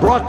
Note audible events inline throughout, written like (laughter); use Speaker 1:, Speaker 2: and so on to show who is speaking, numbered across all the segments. Speaker 1: brought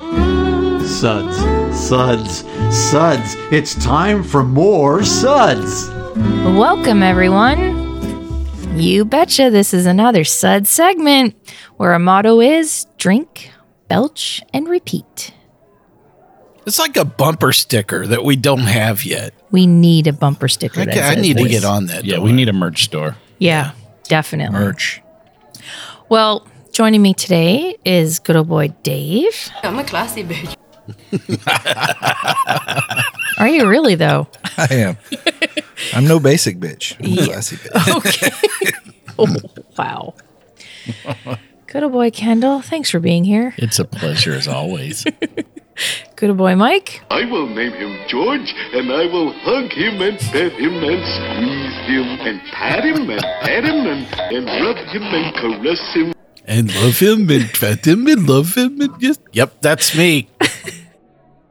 Speaker 1: Suds, suds, suds. It's time for more suds.
Speaker 2: Welcome, everyone. You betcha, this is another Sud segment where our motto is drink, belch, and repeat.
Speaker 3: It's like a bumper sticker that we don't have yet.
Speaker 2: We need a bumper sticker.
Speaker 3: I,
Speaker 2: that
Speaker 3: ca- I
Speaker 2: says
Speaker 3: need to
Speaker 2: this.
Speaker 3: get on that.
Speaker 4: Yeah,
Speaker 3: don't
Speaker 4: we
Speaker 3: I?
Speaker 4: need a merch store.
Speaker 2: Yeah, definitely.
Speaker 3: merch.
Speaker 2: Well, joining me today is good old boy Dave.
Speaker 5: I'm a classy bitch.
Speaker 2: Are you really, though?
Speaker 6: I am. I'm no basic bitch. I'm a classy bitch.
Speaker 2: Oh, wow. (laughs) Good old boy Kendall, thanks for being here.
Speaker 4: It's a pleasure as always.
Speaker 2: Good old boy Mike.
Speaker 7: I will name him George, and I will hug him and pet him and squeeze him and pat him and pat him and, and rub him and caress him.
Speaker 3: (laughs) And love him and pet him and love him and just. Yep, that's me. (laughs)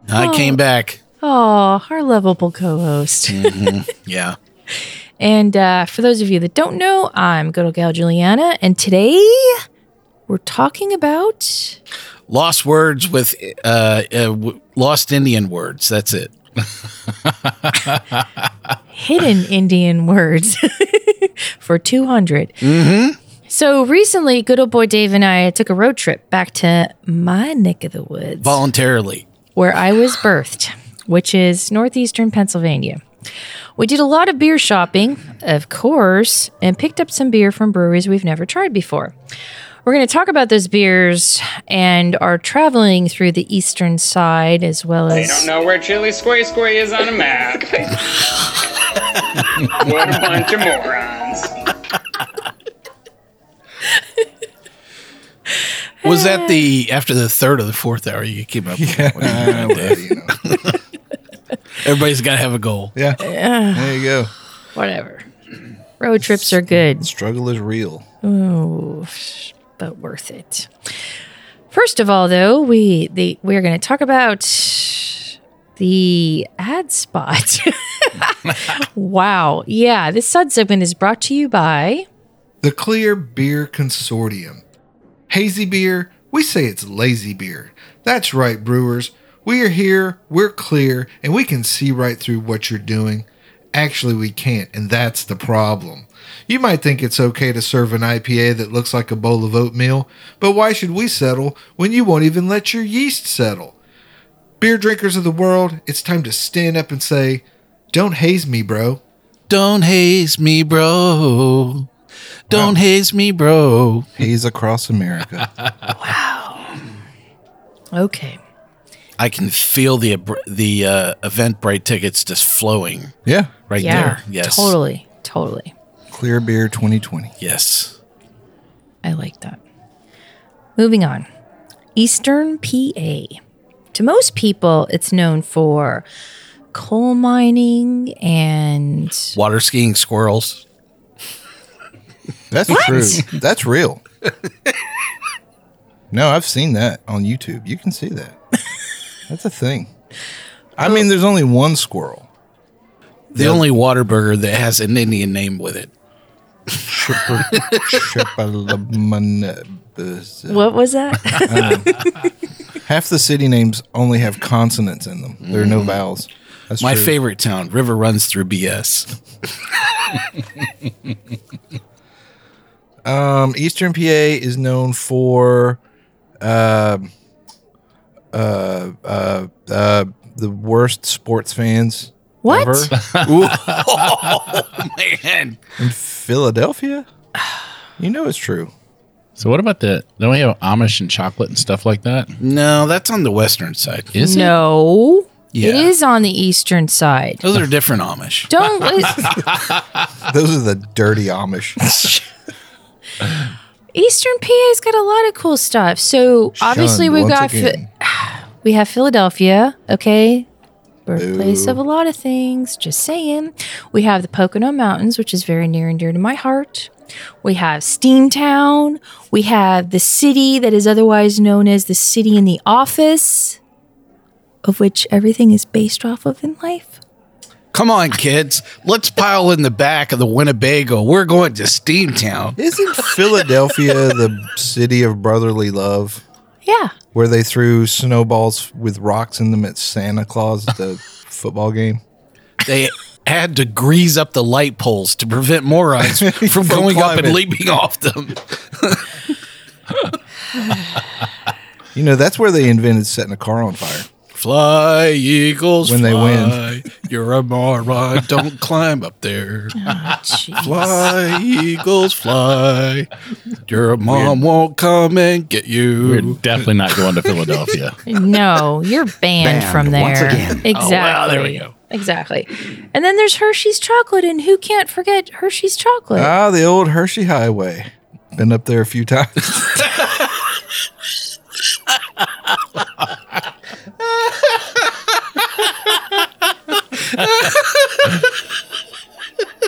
Speaker 3: I came back.
Speaker 2: Oh, our lovable co-host.
Speaker 3: Yeah.
Speaker 2: And uh, for those of you that don't know, I'm good old gal Juliana, and today we're talking about
Speaker 3: Lost words with uh, uh w- lost Indian words. That's it.
Speaker 2: hidden Indian words (laughs) for 200. So recently, good old boy Dave and I took a road trip back to my neck of the woods,
Speaker 3: Voluntarily.
Speaker 2: where I was birthed, which is northeastern Pennsylvania. We did a lot of beer shopping, of course, and picked up some beer from breweries we've never tried before. We're going to talk about those beers and are traveling through the eastern side as well
Speaker 8: I don't
Speaker 2: as
Speaker 8: know where Chili Squay Squay is on
Speaker 9: (laughs)
Speaker 8: a map. what a bunch of morons.
Speaker 3: Was that the after the third or the fourth hour you came up with?
Speaker 6: (laughs)
Speaker 3: that one?
Speaker 6: Uh, well, you know.
Speaker 3: (laughs) Everybody's got to have a goal.
Speaker 6: Yeah. There you go.
Speaker 2: whatever. Road trips are good.
Speaker 6: Struggle is real.
Speaker 2: Oh, but worth it. First of all, though, we the we're going to talk about the ad spot. (laughs) wow, yeah, this sud segment is brought to you by
Speaker 6: The Clear Beer Consortium. Hazy beer, we say it's lazy beer. That's right, brewers. We are here, we're clear, and we can see right through what you're doing. Actually, we can't, and that's the problem. You might think it's okay to serve an IPA that looks like a bowl of oatmeal, but why should we settle when you won't even let your yeast settle? Beer drinkers of the world, it's time to stand up and say, Don't haze me, bro.
Speaker 3: Don't haze me, bro. Don't haze me, bro.
Speaker 6: Haze across America.
Speaker 2: okay.
Speaker 3: I can feel the abr- the uh, Eventbrite tickets just flowing
Speaker 6: yeah.
Speaker 3: right
Speaker 2: Yeah,
Speaker 3: there. Yes,
Speaker 2: totally, totally.
Speaker 6: Clear Beer 2020.
Speaker 3: Yes,
Speaker 2: I like that. Moving on. Eastern PA. To most people, it's known for coal mining and
Speaker 3: water skiing squirrels.
Speaker 6: That's true. That's real. no, I've seen that on YouTube. You can see that. That's a thing. I mean, there's only one squirrel. (laughs)
Speaker 3: The only water burger that has an Indian name with it.
Speaker 6: Half
Speaker 2: what was that?
Speaker 6: the city names only have consonants in them. There are no vowels. That's
Speaker 3: My
Speaker 6: true.
Speaker 3: favorite town. River runs through BS.
Speaker 6: Um, Eastern PA is known for um, uh, uh, uh, the worst sports fans.
Speaker 2: What?
Speaker 6: ever. Ooh.
Speaker 3: (laughs) Man,
Speaker 6: in Philadelphia? (sighs) You know it's true.
Speaker 4: so what about the don't we have Amish and chocolate and stuff like that?
Speaker 3: no, that's on the western side.
Speaker 4: Is
Speaker 2: (laughs)
Speaker 4: it?
Speaker 2: no. It
Speaker 3: Yeah.
Speaker 2: is on the eastern side.
Speaker 3: Those are different Amish.
Speaker 2: Don't
Speaker 6: (laughs) Those are the dirty Amish.
Speaker 2: Eastern PA's got a lot of cool stuff. So obviously
Speaker 10: Shunned
Speaker 2: we've
Speaker 10: once
Speaker 2: got Phi-
Speaker 10: again.
Speaker 2: we have Philadelphia, okay? Birthplace of a lot of things, just saying. We have the Pocono Mountains, which is very near and dear to my heart. We have Steamtown. We have the city that is otherwise known as the city in the office, of which everything is based off of in life.
Speaker 11: Come on, kids. Let's pile in the back of the Winnebago. We're going to Steamtown.
Speaker 6: Isn't Philadelphia the city of brotherly love?
Speaker 2: Yeah.
Speaker 6: Where they threw snowballs with rocks in them at Santa Claus at (laughs) the football game?
Speaker 11: They had to grease up the light poles to prevent morons from, going up
Speaker 6: climbing.
Speaker 11: and leaping off them.
Speaker 6: You know, that's where they invented setting a car on fire.
Speaker 11: Fly, Eagles.
Speaker 6: When they win.
Speaker 11: fly. (laughs) You're a moron. Don't climb up there. Fly, Eagles, fly. Your mom won't come and get
Speaker 4: We're
Speaker 11: you.
Speaker 4: definitely not
Speaker 11: (laughs)
Speaker 4: going to Philadelphia.
Speaker 2: No, you're banned, from there.
Speaker 6: once again.
Speaker 2: Exactly.
Speaker 11: Oh, wow, there we go.
Speaker 2: Exactly. And then there's Hershey's chocolate, and who can't forget Hershey's chocolate?
Speaker 6: Ah, the old Hershey Highway. Been up there a few times.
Speaker 11: (laughs)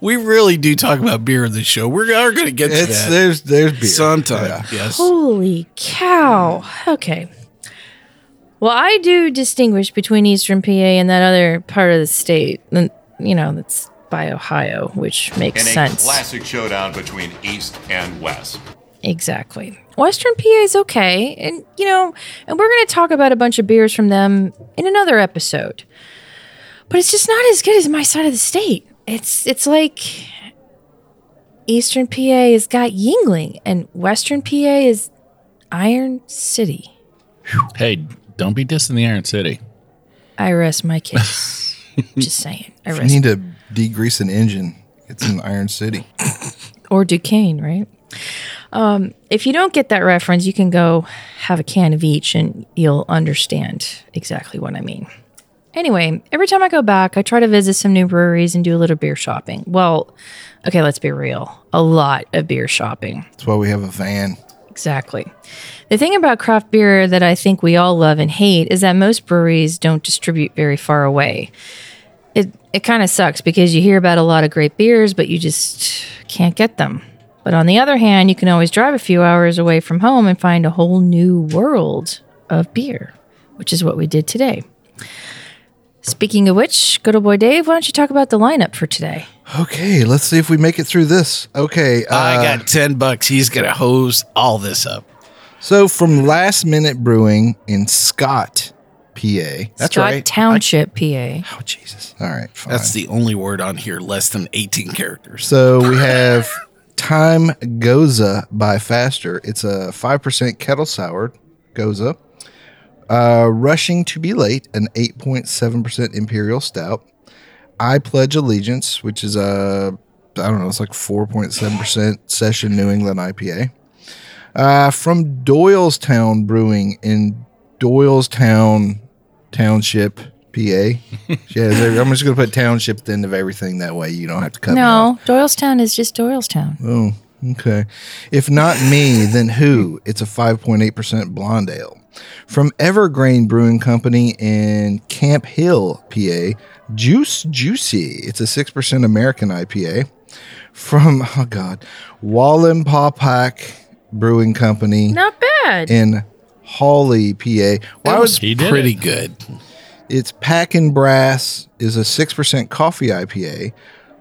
Speaker 11: we really do talk about beer in this show. We are going to get to
Speaker 6: It's
Speaker 11: that
Speaker 6: there's there's beer.
Speaker 11: sometime.
Speaker 6: Yeah.
Speaker 11: Yes.
Speaker 2: Holy cow. Okay. Well, I do distinguish between Eastern PA and that other part of the state. And, you know, that's by Ohio, which makes
Speaker 12: in a
Speaker 2: sense.
Speaker 12: classic showdown between East and West.
Speaker 2: Exactly. Western PA is okay. And, you know, and we're going to talk about a bunch of beers from them in another episode. But it's just not as good as my side of the state. It's it's like Eastern PA has got Yingling and Western PA is Iron City.
Speaker 4: hey, don't be dissing the Iron City.
Speaker 2: I rest my case.
Speaker 6: (laughs)
Speaker 2: just saying. I
Speaker 6: You
Speaker 2: rest.
Speaker 6: need to degrease an engine. It's in Iron City.
Speaker 2: or Duquesne, right? Um, if you don't get that reference, you can go have a can of each and you'll understand exactly what I mean. Anyway, every time I go back, I try to visit some new breweries and do a little beer shopping. Well, okay, let's be real. A lot of beer shopping.
Speaker 6: That's why we have a van.
Speaker 2: Exactly. The thing about craft beer that I think we all love and hate is that most breweries don't distribute very far away. It it kind of sucks because you hear about a lot of great beers, but you just can't get them. But on the other hand, you can always drive a few hours away from home and find a whole new world of beer, which is what we did today. Speaking of which, good old boy Dave, why don't you talk about the lineup for today?
Speaker 6: Okay, let's see if we make it through this. Okay, uh,
Speaker 11: I got 10 bucks. He's going to hose all this up.
Speaker 6: so from Last Minute Brewing in Scott, PA. That's
Speaker 2: Scott
Speaker 6: right.
Speaker 2: Township, PA.
Speaker 6: oh Jesus! All right, fine.
Speaker 11: That's the only word on here less than 18 characters.
Speaker 6: So we have Time Goza by Faster. It's a 5% kettle soured Goza. Uh, Rushing to Be Late, an 8.7% Imperial Stout. I Pledge Allegiance, which is a, I don't know, it's like 4.7% Session New England IPA. Uh, from Doylestown Brewing in Doylestown Township, PA. (laughs) Yeah, there- I'm just going to put township at the end of everything. That way you don't have to cut me off.
Speaker 2: No, Doylestown is just Doylestown.
Speaker 6: Oh, okay. If not me, then who? It's a 5.8% blonde ale. From Evergreen Brewing Company in Camp Hill, PA, Juice Juicy. It's a 6% American IPA. From, oh God, Wallen Papak Brewing Company
Speaker 2: Not bad.
Speaker 6: in Hawley, PA. Why
Speaker 11: That
Speaker 6: was
Speaker 11: was
Speaker 4: He did
Speaker 11: pretty
Speaker 4: it.
Speaker 11: good.
Speaker 6: it's Pack and Brass is a 6% coffee IPA.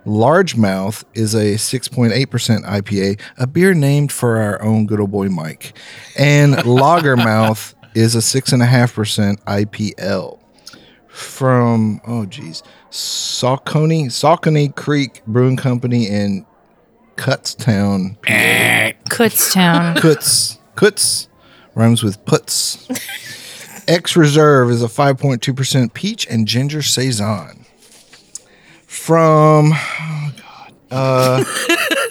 Speaker 6: Largemouth is a 6.8% IPA, a beer named for our own good old boy Mike. And Lagermouth is a 6.5% IPL. From, oh geez, Saucony, Saucony Creek Brewing Company in Kutztown,
Speaker 2: Kutztown.
Speaker 6: (laughs) Kutz. Kutz rhymes with putz. X Reserve is a 5.2% peach and ginger saison. From oh God, uh,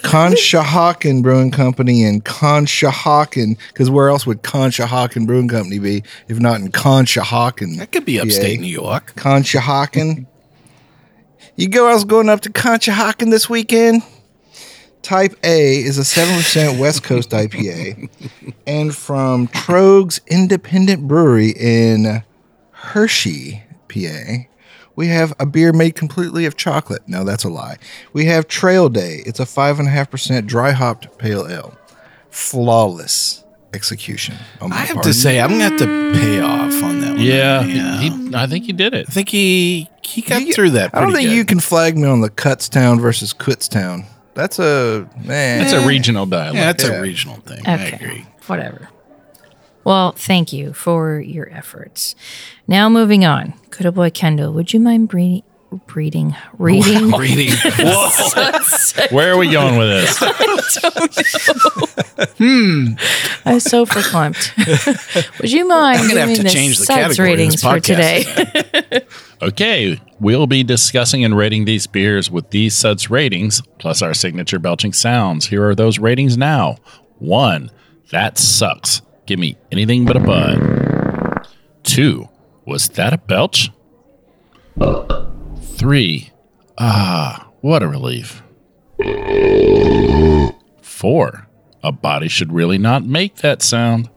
Speaker 6: Conshohocken Brewing Company and Conshohocken, because where else would Conshohocken Brewing Company be if not in Conshohocken?
Speaker 11: That could be upstate
Speaker 6: PA?
Speaker 11: New York.
Speaker 6: Conshohocken. You girls going up to Conshohocken this weekend? Type A is a 7% West Coast (laughs) IPA and from Trogs Independent Brewery in Hershey, PA. We have a beer made completely of chocolate. No, that's a lie. We have Trail Day. It's a 5.5% dry hopped pale ale. Flawless execution. on my
Speaker 3: I have
Speaker 6: part.
Speaker 3: to say, I'm gonna have to pay off on that one.
Speaker 4: Yeah,
Speaker 3: Yeah.
Speaker 4: He, he- I think he did it.
Speaker 3: I think he he got
Speaker 6: You-
Speaker 3: through that.
Speaker 6: I don't
Speaker 3: pretty
Speaker 6: think you
Speaker 3: good.
Speaker 6: can flag me on the Kutztown versus Kutztown. That's a man.
Speaker 4: That's a regional dialect.
Speaker 3: Yeah, that's
Speaker 6: Yeah.
Speaker 3: a regional thing. I agree.
Speaker 2: Whatever. Well, thank you for your efforts. Now moving on. Good old boy Kendall, would you mind breeding, breeding, reading?
Speaker 4: (laughs)
Speaker 3: Reading.
Speaker 4: Where are we going with this?
Speaker 2: (laughs) I'm so verklempt.
Speaker 3: (laughs)
Speaker 2: would you mind
Speaker 3: I'm gonna have
Speaker 2: giving
Speaker 3: to
Speaker 2: the
Speaker 3: change the
Speaker 2: suds
Speaker 3: category of this
Speaker 2: ratings for
Speaker 3: podcast. (laughs)
Speaker 2: today? (laughs)
Speaker 4: Okay, we'll be discussing and rating these beers with these suds ratings plus our signature belching sounds. Here are those ratings now. One, that sucks. Give me anything but a bud. Two, was that a belch? Three, ah, what a relief. Four, a body should really not make that sound.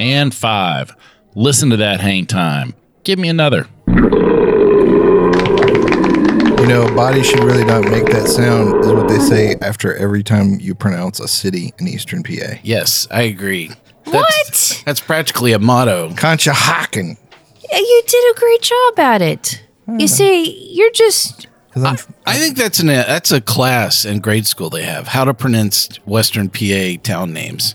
Speaker 4: And five, listen to that hang time. Give me another.
Speaker 6: You know, body should really not make that sound is what they say after every time you pronounce a city in Eastern PA.
Speaker 3: yes, I agree. That's,
Speaker 2: What?
Speaker 3: That's practically a motto.
Speaker 6: Conshohocken.
Speaker 2: you did a great job at it.
Speaker 3: Hmm.
Speaker 2: You see, you're just
Speaker 6: 'Cause I'm-
Speaker 3: I think that's an that's a class in grade school they have how to pronounce Western PA town names.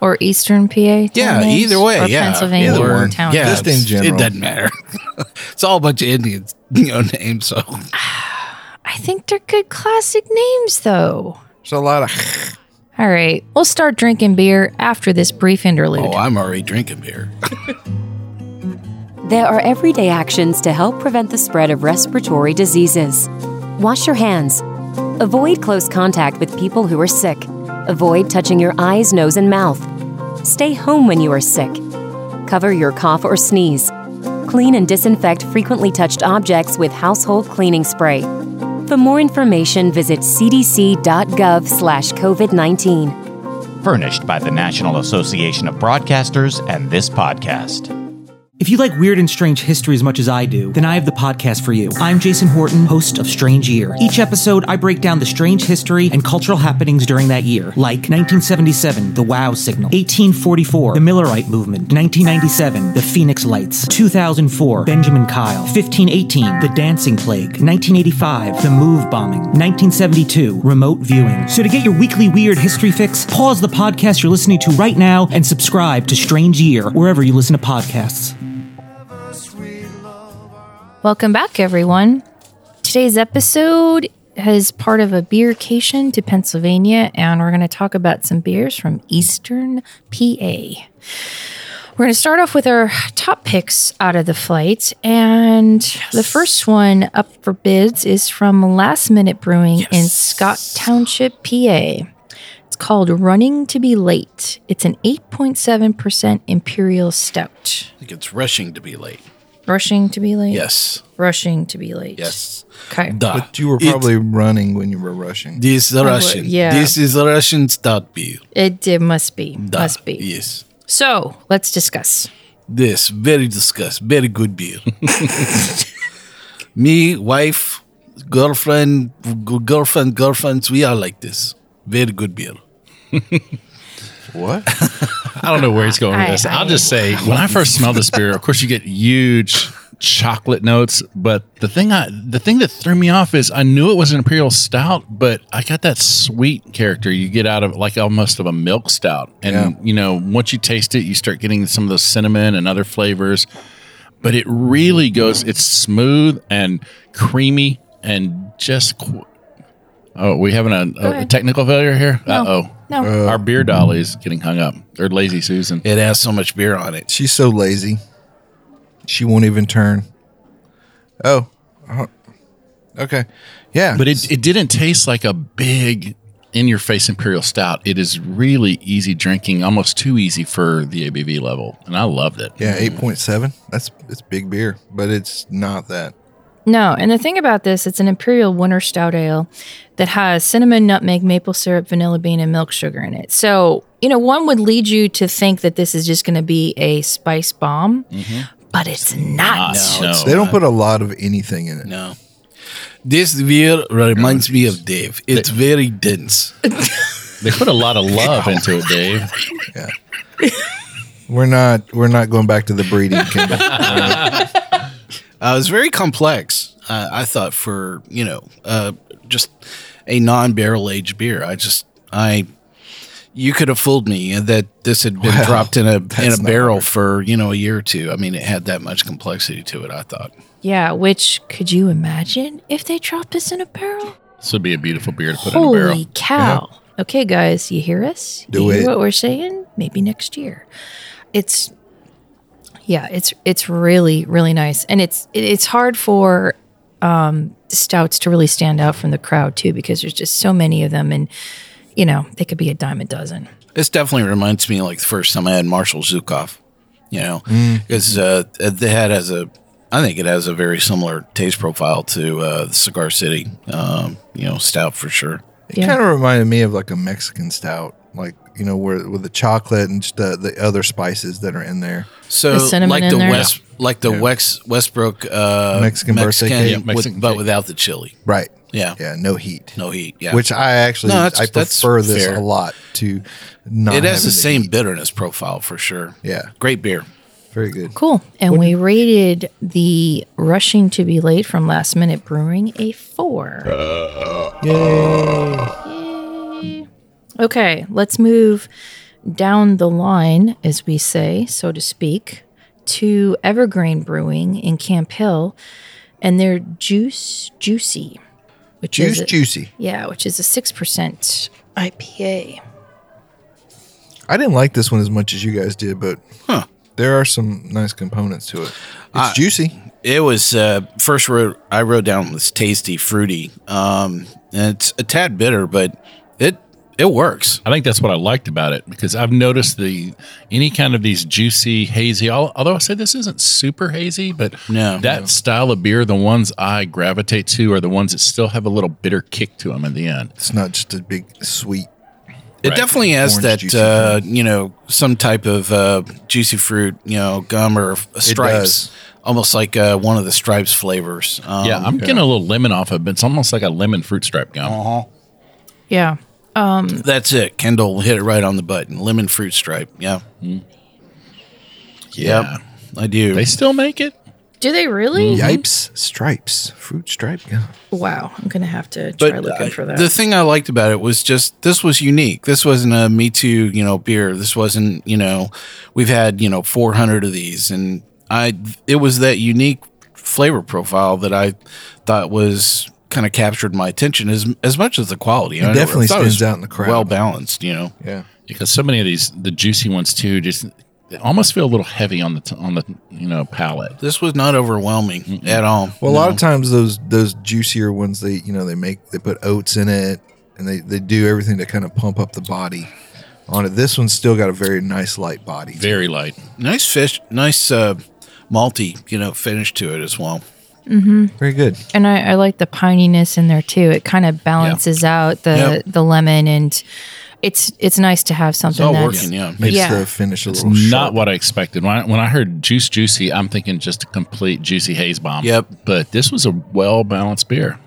Speaker 2: or Eastern PA. town
Speaker 3: Yeah,
Speaker 2: names?
Speaker 3: either way,
Speaker 2: Or
Speaker 3: yeah,
Speaker 2: Pennsylvania
Speaker 3: Either
Speaker 2: or
Speaker 3: one.
Speaker 2: town.
Speaker 3: Yeah,
Speaker 6: Just in
Speaker 3: it's-
Speaker 6: general.
Speaker 3: it doesn't matter. (laughs) it's all a bunch of Indians, (laughs) you know, names. So
Speaker 2: I think they're good classic names, though.
Speaker 6: there's a lot of (laughs)
Speaker 2: All right, we'll start drinking beer after this brief interlude.
Speaker 3: oh, I'm already drinking beer.
Speaker 5: (laughs)
Speaker 3: (laughs)
Speaker 5: There are everyday actions to help prevent the spread of respiratory diseases. Wash your hands. Avoid close contact with people who are sick. Avoid touching your eyes, nose, and mouth. Stay home when you are sick. Cover your cough or sneeze. Clean and disinfect frequently touched objects with household cleaning spray. For more information, visit cdc.gov slash COVID-19.
Speaker 9: Furnished by the National Association of Broadcasters and this podcast.
Speaker 5: If you like weird and strange history as much as I do, then I have the podcast for you. I'm Jason Horton, host of Strange Year. Each episode, I break down the strange history and cultural happenings during that year, like 1977, the Wow Signal, 1844, the Millerite Movement, 1997, the Phoenix Lights, 2004, Benjamin Kyle, 1518, the Dancing Plague, 1985, the Move Bombing, 1972, remote viewing. So to get your weekly weird history fix, pause the podcast you're listening to right now and subscribe to Strange Year wherever you listen to podcasts.
Speaker 2: Welcome back, everyone. Today's episode is part of a beercation to Pennsylvania, and we're going to talk about some beers from Eastern PA. We're going to start off with our top picks out of the flight. And the first one up for bids is from Last Minute Brewing in Scott Township, PA. It's called Running to Be Late. It's an 8.7% Imperial Stout.
Speaker 3: I think it's rushing to be late.
Speaker 2: Rushing to be late?
Speaker 3: Yes,
Speaker 2: Rushing to be late.
Speaker 3: yes.
Speaker 2: Okay.
Speaker 3: Duh.
Speaker 6: But you were probably running when you were rushing.
Speaker 3: This is Russian.
Speaker 2: yeah.
Speaker 3: This is Russian stout beer.
Speaker 2: It, it must be.
Speaker 3: Duh.
Speaker 2: Must be.
Speaker 3: Yes.
Speaker 2: So let's discuss.
Speaker 3: This very disgust, very good beer. Me, wife, girlfriend, g- girlfriend, girlfriends, we are like this. Very good beer.
Speaker 6: What?
Speaker 4: I don't know where he's going with
Speaker 2: I-
Speaker 4: this.
Speaker 2: I-
Speaker 4: I'll just say, (laughs)
Speaker 3: (laughs)
Speaker 4: when I first smelled this beer, of course you get huge chocolate notes, but the thing I the thing that threw me off is I knew it was an imperial stout, but I got that sweet character you get out of like almost of a milk stout. And you know, once you taste it, you start getting some of those cinnamon and other flavors. But it really goes it's smooth and creamy and just qu- Oh, we having a,
Speaker 3: Uh,
Speaker 4: a
Speaker 2: ahead.
Speaker 4: technical failure here? Uh-oh.
Speaker 2: No.
Speaker 4: Our beer dolly is getting hung up, or Lazy Susan.
Speaker 3: It has so much beer on it.
Speaker 6: (laughs) She's so lazy. She won't even turn. Oh. Oh. Okay. Yeah.
Speaker 4: But it, it didn't taste like a big in your face imperial stout. It is really easy drinking, almost too easy for the ABV level, and I loved it.
Speaker 6: Yeah, eight point seven. That's it's big beer, but it's not that.
Speaker 2: No, and the thing about this, it's an imperial winter stout ale that has cinnamon, nutmeg, maple syrup, vanilla bean, and milk sugar in it. So, you know, one would lead you to think that this is just going to be a spice bomb,
Speaker 3: Mm-hmm.
Speaker 2: but it's not.
Speaker 6: it's- they don't put a lot of anything in it.
Speaker 3: No. This beer reminds me of Dave. It's very dense.
Speaker 4: they put a lot of love into it, Dave.
Speaker 6: We're not we're not going back to the
Speaker 3: (laughs)
Speaker 6: breeding kingdom.
Speaker 3: Uh, it's very complex. Uh, I thought for you know uh, just a non-barrel aged beer. I just I you could have fooled me that this had been
Speaker 6: Well,
Speaker 3: dropped
Speaker 6: (laughs)
Speaker 3: in a in a
Speaker 6: that's not
Speaker 3: barrel for you know a year or two. I mean, it had that much complexity to it. I thought.
Speaker 2: Yeah, which could you imagine if they dropped this in a barrel?
Speaker 4: This would be a beautiful beer to put
Speaker 2: Holy
Speaker 4: in a barrel.
Speaker 2: cow. Okay, guys, you hear us?
Speaker 4: Do
Speaker 2: you
Speaker 4: it.
Speaker 2: hear what we're saying? Maybe next year. It's yeah, it's it's really really nice, and it's it- it's hard for um, stouts to really stand out from the crowd too because there's just so many of them, and you know they could be a dime a dozen.
Speaker 3: This definitely reminds me like the first time I had Marshall Zukov, you know,
Speaker 6: Mm.
Speaker 3: because uh, they had as a, I think it has a very similar taste profile to uh, the Cigar City, um, you know, stout for sure.
Speaker 6: It kind of reminded me of like a Mexican stout, like you know, where with the chocolate and just the, the other spices that are in there.
Speaker 3: So like the West, like the Wex, Westbrook uh,
Speaker 6: Mexican birthday cake. Yeah,
Speaker 3: with-
Speaker 6: Mexican
Speaker 3: but without the chili.
Speaker 6: right?
Speaker 3: Yeah,
Speaker 6: yeah, no heat,
Speaker 3: no heat. Yeah,
Speaker 6: Which I actually
Speaker 3: No, that's-
Speaker 6: I
Speaker 3: that's
Speaker 6: prefer this
Speaker 3: fair.
Speaker 6: a lot to not.
Speaker 3: it has
Speaker 6: having
Speaker 3: the same bitterness profile for sure.
Speaker 6: Yeah.
Speaker 3: great beer.
Speaker 6: Very good.
Speaker 2: Cool, and we rated the rushing to be late from last minute brewing a four. Okay, let's move down the line, as we say, so to speak, to Evergreen Brewing in Camp Hill and their Juice Juicy. Which
Speaker 6: Juice
Speaker 2: a-
Speaker 6: Juicy.
Speaker 2: Yeah, which is a 6% IPA.
Speaker 6: I didn't like this one as much as you guys did, but there are some nice components to it. It's
Speaker 3: I-
Speaker 6: juicy.
Speaker 3: It was uh, first wrote I wrote down was tasty, fruity, um, and it's a tad bitter, but it it works.
Speaker 4: I think that's what I liked about it because I've noticed the any kind of these juicy, hazy. al- Although I say this isn't super hazy, but
Speaker 3: No,
Speaker 4: that style of beer, the ones I gravitate to are the ones that still have a little bitter kick to them at the end.
Speaker 6: It's not just a big sweet.
Speaker 3: It
Speaker 4: Right.
Speaker 3: definitely has
Speaker 4: Orange
Speaker 3: that
Speaker 4: juicy
Speaker 3: uh, you know some type of uh, juicy fruit, you know, gum or f- stripes,
Speaker 4: does.
Speaker 3: almost like uh, one of the stripes flavors. Um,
Speaker 4: yeah, I'm getting a little lemon off of it. It's almost like a lemon fruit stripe gum.
Speaker 3: Uh-huh.
Speaker 2: Yeah. Um,
Speaker 3: That's it. Kendall hit it right on the button. Lemon fruit stripe. Yeah.
Speaker 4: Hmm. Yeah.
Speaker 3: Yep. I do.
Speaker 4: They still make it.
Speaker 2: do they really?
Speaker 3: Mm-hmm.
Speaker 6: Yipes, stripes, fruit stripe. Yeah.
Speaker 2: Wow, I'm going to have to try
Speaker 3: But
Speaker 2: looking
Speaker 3: I-
Speaker 2: for that.
Speaker 3: the thing I liked about it was just this was unique. This wasn't a me too, you know, beer. This wasn't, you know, we've had, you know, 400 of these and I it was that unique flavor profile that I thought was kind of captured my attention as as much as the quality.
Speaker 6: It
Speaker 3: I
Speaker 6: definitely
Speaker 3: thought it was
Speaker 6: stands out in the crowd.
Speaker 3: Well balanced, you know.
Speaker 6: Yeah.
Speaker 4: because so many of these the juicy ones too just they almost feel a little heavy on the t- on the you know palate.
Speaker 3: This was not overwhelming at all.
Speaker 6: Well, a lot of times those those juicier ones they you know they make they put oats in it and they they do everything to kind of pump up the body on it. This one's still got a very nice light body.
Speaker 4: Very light.
Speaker 3: Nice fish, nice uh malty, you know, finish to it as well.
Speaker 2: hmm
Speaker 6: Very good.
Speaker 2: And I, I like the pininess in there too. It kind of balances out the, the lemon, and it's it's nice to have
Speaker 6: Oh,
Speaker 2: something
Speaker 4: all
Speaker 2: that's
Speaker 4: Oh, working, yeah.
Speaker 6: Makes
Speaker 2: yeah.
Speaker 6: the finish a
Speaker 4: It's
Speaker 6: little.
Speaker 4: not what I expected. When I, when I heard juice juicy, I'm thinking just a complete juicy haze bomb. Yep. But this was a well balanced beer.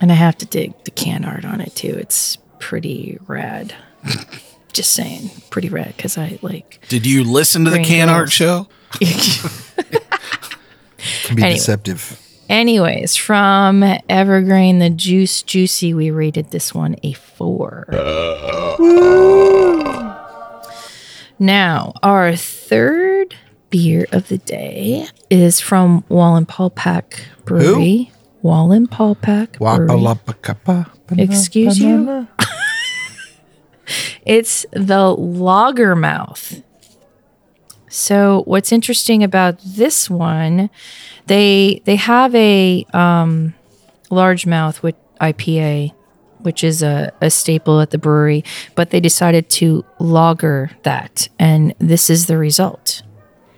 Speaker 2: And I have to dig the can art on it too. It's pretty
Speaker 4: (laughs)
Speaker 2: rad. Just saying, pretty rad because I like.
Speaker 3: Did you listen to the
Speaker 2: Green
Speaker 3: can art
Speaker 2: Hills.
Speaker 3: show?
Speaker 6: Can be
Speaker 2: Anyway.
Speaker 6: deceptive.
Speaker 2: Anyways, from Evergreen, the Juice Juicy, we rated this one a four. Now, our third beer of the day is from Wallen Paul Pack Brewery. Wallen Paul Pack Brewery. Excuse you? (laughs) It's the Lagermouth. So what's interesting about this one, they they have a um, largemouth with IPA which is a, a staple at the brewery, but they decided to lager that, and this is the result.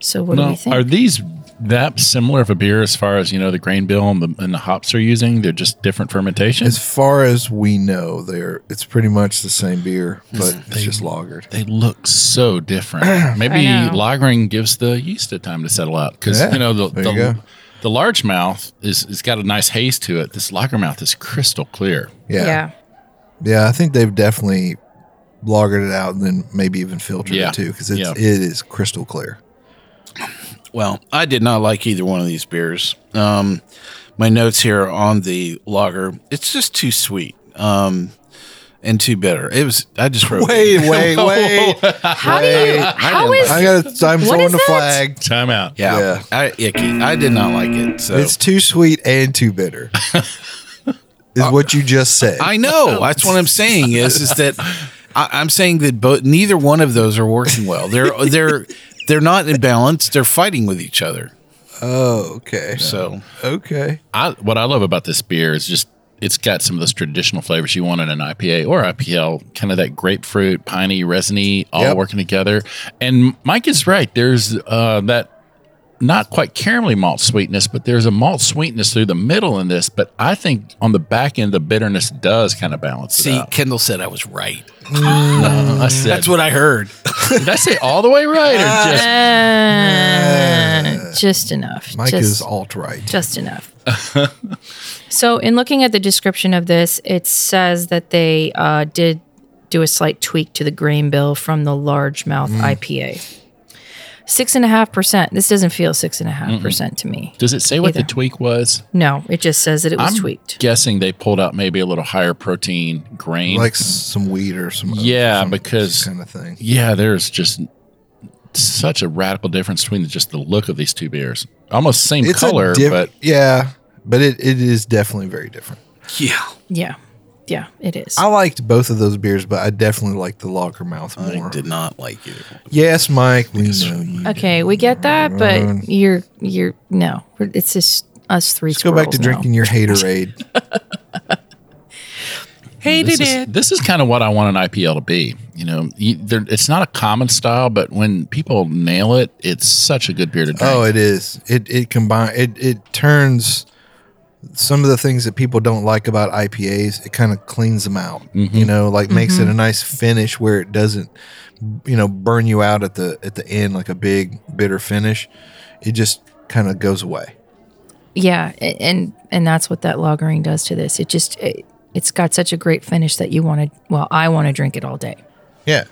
Speaker 2: So what do
Speaker 4: Now,
Speaker 2: we think?
Speaker 4: Are these that similar of a beer as far as you know the grain bill and the, and the hops they're using? They're just different fermentations.
Speaker 6: As far as we know, they're it's pretty much the same beer, but
Speaker 4: They-
Speaker 6: it's just lagered.
Speaker 4: They look so
Speaker 6: (clears throat)
Speaker 4: different. Maybe
Speaker 6: I know.
Speaker 4: lagering gives the yeast a time to settle out because
Speaker 6: Yeah,
Speaker 4: you know the
Speaker 6: there
Speaker 4: the,
Speaker 6: you go.
Speaker 4: the large mouth is it's got a nice haze to it. This lager mouth is crystal clear.
Speaker 6: Yeah.
Speaker 2: Yeah.
Speaker 6: yeah. I think they've definitely lagered it out and then maybe even filtered
Speaker 3: Yeah.
Speaker 6: it too because it
Speaker 3: Yeah.
Speaker 6: is crystal clear.
Speaker 3: Well, I did not like either one of these beers. Um, my notes here on the lager, it's just too sweet um, and too bitter. It was. I just wrote.
Speaker 6: Wait, (laughs) wait, wait.
Speaker 3: How
Speaker 6: do you- how is- I gotta- I'm what throwing is the that? flag.
Speaker 4: Time out.
Speaker 3: Yeah, I, icky. I did not like it. So
Speaker 6: It's too sweet and too bitter. is what you just said.
Speaker 3: I know. (laughs) That's what I'm saying is is that I, I'm saying that both neither one of those are working well. They're (laughs) they're they're not in balance. They're fighting with each other.
Speaker 6: Oh, okay.
Speaker 3: So
Speaker 6: Okay.
Speaker 4: I what I love about this beer is just it's got some of those traditional flavors you want in an IPA or IPL, kind of that grapefruit, piney, resiny, all
Speaker 6: Yep.
Speaker 4: working together. And Mike is right. There's uh, that not quite caramelly malt sweetness, but there's a malt sweetness through the middle in this. But I think on the back end, the bitterness does kind of balance it
Speaker 3: see,
Speaker 4: out.
Speaker 3: Kendall said I was right.
Speaker 4: No, I said,
Speaker 3: That's what I heard.
Speaker 4: Did I say all the way right
Speaker 3: (laughs)
Speaker 4: or just?
Speaker 2: Uh, just enough.
Speaker 6: Mike
Speaker 2: just,
Speaker 6: is alt right.
Speaker 2: Just enough. (laughs) so, in looking at the description of this, it says that they uh, did do a slight tweak to the grain bill from the largemouth
Speaker 4: Mm.
Speaker 2: IPA. Six and a half percent. This doesn't feel six and a half percent to me.
Speaker 4: Does it say what the
Speaker 2: Either.
Speaker 4: tweak was?
Speaker 2: No, it just says that it was
Speaker 4: I'm
Speaker 2: tweaked.
Speaker 4: guessing they pulled out maybe a little higher protein grain,
Speaker 6: Like some wheat or some
Speaker 4: yeah, because
Speaker 6: kind of thing.
Speaker 4: Yeah, there's just such a radical difference between just the look of these two beers. Almost same
Speaker 6: It's a
Speaker 4: color,
Speaker 6: diff-
Speaker 4: but
Speaker 6: yeah, but it, it is definitely very different.
Speaker 3: Yeah.
Speaker 2: Yeah. Yeah, it is.
Speaker 6: I liked both of those beers, but I definitely liked the Lagermouth more. I did
Speaker 3: not like it.
Speaker 6: Yes, Mike, we know you.
Speaker 2: Okay, we get that, but you're you're no. We're- It's just us three.
Speaker 6: Mm. Let's go back to
Speaker 2: squirrels now.
Speaker 6: drinking your haterade.
Speaker 4: this is, this is kind of what I want an IPL to be. You know, you, there, it's not a common style, but when people nail it, it's such a good beer to drink.
Speaker 6: oh, it is. It it combine it it turns some of the things that people don't like about IPAs. It kind of cleans them out. You know, like makes it a
Speaker 10: Mhm.
Speaker 6: nice finish where it doesn't, you know, burn you out at the at the end like a big bitter finish. It just kind of goes away.
Speaker 2: Yeah, a- and and that's what that lagering does to this. It just it, it's got such a great finish that you want to. Well, I want to drink it all day.
Speaker 6: Yeah.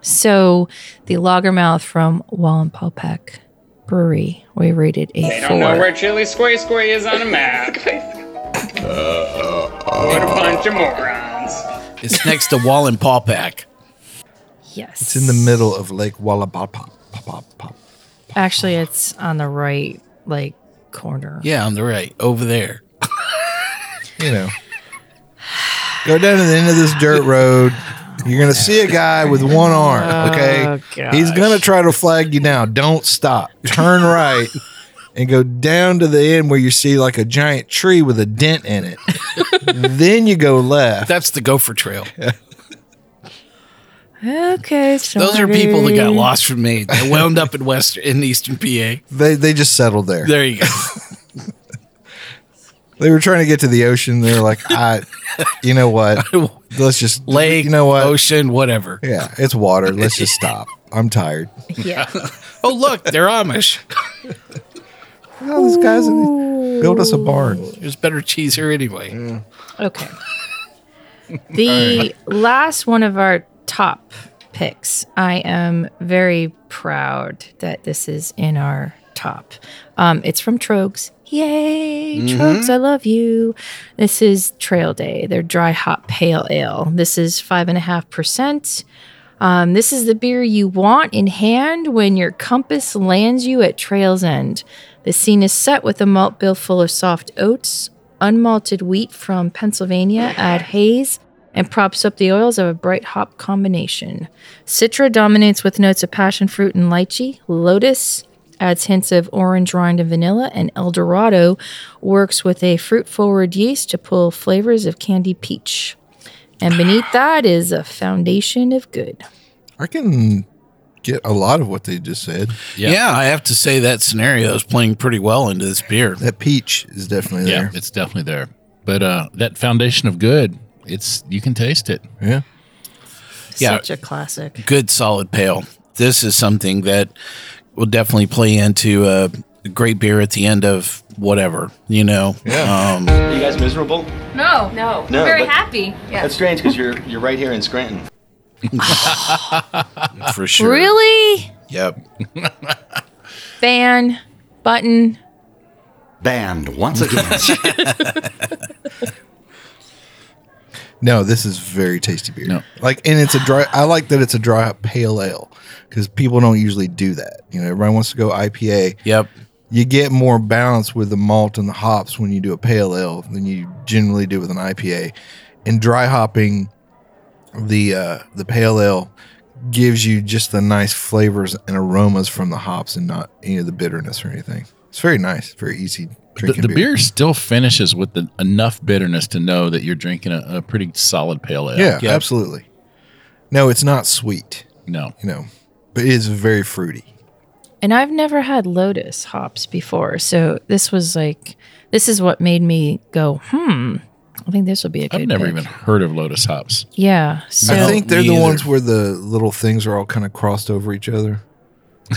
Speaker 2: So the lagermouth from Wallenpaupack Brewery, we rated a
Speaker 8: They don't know
Speaker 2: four.
Speaker 8: where Chili Squay Squay is on a map. What a bunch of morons.
Speaker 3: It's next to Wall and Paw Pack.
Speaker 2: Yes.
Speaker 6: It's in the middle of Lake Wallapapa.
Speaker 2: Actually, it's on the right like corner.
Speaker 3: Yeah, on the right, over there.
Speaker 6: you know. Go down to the end of this dirt road. You're gonna see a guy with one arm. Okay,
Speaker 2: Oh,
Speaker 6: he's gonna try to flag you down. Don't stop. Turn right and go down to the end where you see like a giant tree with a dent in it. then you go left.
Speaker 3: That's the Gopher Trail.
Speaker 2: Okay,
Speaker 3: Those are people that got
Speaker 2: sorry.
Speaker 3: lost from me. They wound up in Western, in Eastern PA.
Speaker 6: They they just settled there.
Speaker 3: There you go.
Speaker 6: They were trying to get to the ocean. They're like, I, you know what? Let's just lake. You know what?
Speaker 3: Ocean, whatever.
Speaker 6: Yeah, it's water. Let's just stop. I'm tired.
Speaker 2: Yeah.
Speaker 3: oh, look, they're Amish.
Speaker 6: Oh, these guys build us a barn.
Speaker 3: There's better cheese here anyway.
Speaker 2: Okay. The last one of our top picks. I am very proud that this is in our top. Um, it's from Trogs. Yay, Trogs,
Speaker 13: Mhm.
Speaker 2: I love you. This is Trail Day, their dry hop pale ale. This is 5.5%. Um, this is the beer you want in hand when your compass lands you at trail's end. The scene is set with a malt bill full of soft oats, unmalted wheat from Pennsylvania, add haze, and props up the oils of a bright hop combination. Citra dominates with notes of passion fruit and lychee. Lotus adds hints of orange rind and vanilla, and El Dorado works with a fruit forward yeast to pull flavors of candy peach. And beneath that is a foundation of good.
Speaker 6: I can get a lot of what they just said.
Speaker 3: Yeah. I have to say that scenario is playing pretty well into this beer.
Speaker 6: That peach is definitely
Speaker 4: Yeah, it's definitely there. But uh, that foundation of good, it's you can taste it.
Speaker 6: Yeah.
Speaker 3: Yeah.
Speaker 2: Such a classic.
Speaker 3: Good solid pale. This is something that will definitely play into a great beer at the end of whatever, you know. Yeah. Um,
Speaker 13: Are you guys miserable?
Speaker 14: No, no,
Speaker 13: No,
Speaker 14: very
Speaker 13: but-
Speaker 14: happy. Yeah.
Speaker 13: That's strange because you're you're right here in Scranton.
Speaker 3: Um, For sure.
Speaker 2: Really?
Speaker 3: Yep.
Speaker 2: Fan, button.
Speaker 6: Banned once again. no, this is very tasty beer. Like, and it's a dry. I like that it's a dry hop pale ale because people don't usually do that. You know, everyone wants to go IPA.
Speaker 3: Yep.
Speaker 6: You get more balance with the malt and the hops when you do a pale ale than you generally do with an IPA. And dry hopping the uh, the pale ale gives you just the nice flavors and aromas from the hops and not any of the bitterness or anything. It's very nice, very easy
Speaker 4: The,
Speaker 6: drinking
Speaker 4: the
Speaker 6: beer.
Speaker 4: beer still finishes with the, enough bitterness to know that you're drinking a, a pretty solid pale ale.
Speaker 6: Yeah, absolutely. No, it's not sweet.
Speaker 4: No.
Speaker 6: You know, but it is very fruity.
Speaker 2: And I've never had Lotus hops before. So this was like, this is what made me go, hmm, I think this would be a good
Speaker 4: I've never
Speaker 2: pick.
Speaker 4: even heard of Lotus hops.
Speaker 2: Yeah. So
Speaker 6: I think they're
Speaker 4: me
Speaker 6: the
Speaker 4: either.
Speaker 6: ones where the little things are all kind of crossed over each other. (laughs)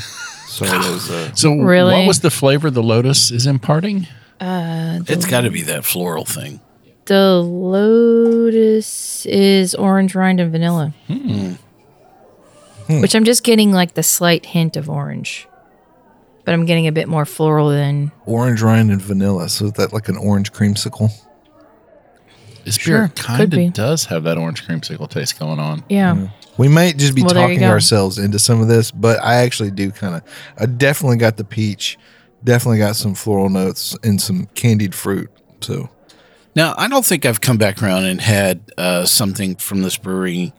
Speaker 6: so those, uh,
Speaker 4: So
Speaker 2: Really?
Speaker 4: what was the flavor the lotus is imparting?
Speaker 2: uh, the,
Speaker 3: It's got to be that floral thing.
Speaker 2: the Lotus is orange rind and vanilla,
Speaker 14: Hmm.
Speaker 2: which I'm just getting like the slight hint of orange, but I'm getting a bit more floral than.
Speaker 6: orange rind and vanilla. So is that like an orange creamsicle?
Speaker 4: This
Speaker 2: Sure,
Speaker 4: beer
Speaker 2: could
Speaker 4: kind
Speaker 2: be.
Speaker 4: of does have that orange creamsicle taste going on.
Speaker 2: Yeah.
Speaker 14: Hmm.
Speaker 6: We might just be
Speaker 2: Well, there you
Speaker 6: talking
Speaker 2: go.
Speaker 6: ourselves into some of this, but I actually do kind of. I definitely got the peach, definitely got some floral notes and some candied fruit. So
Speaker 3: Now, I don't think I've come back around and had uh, something from this brewery.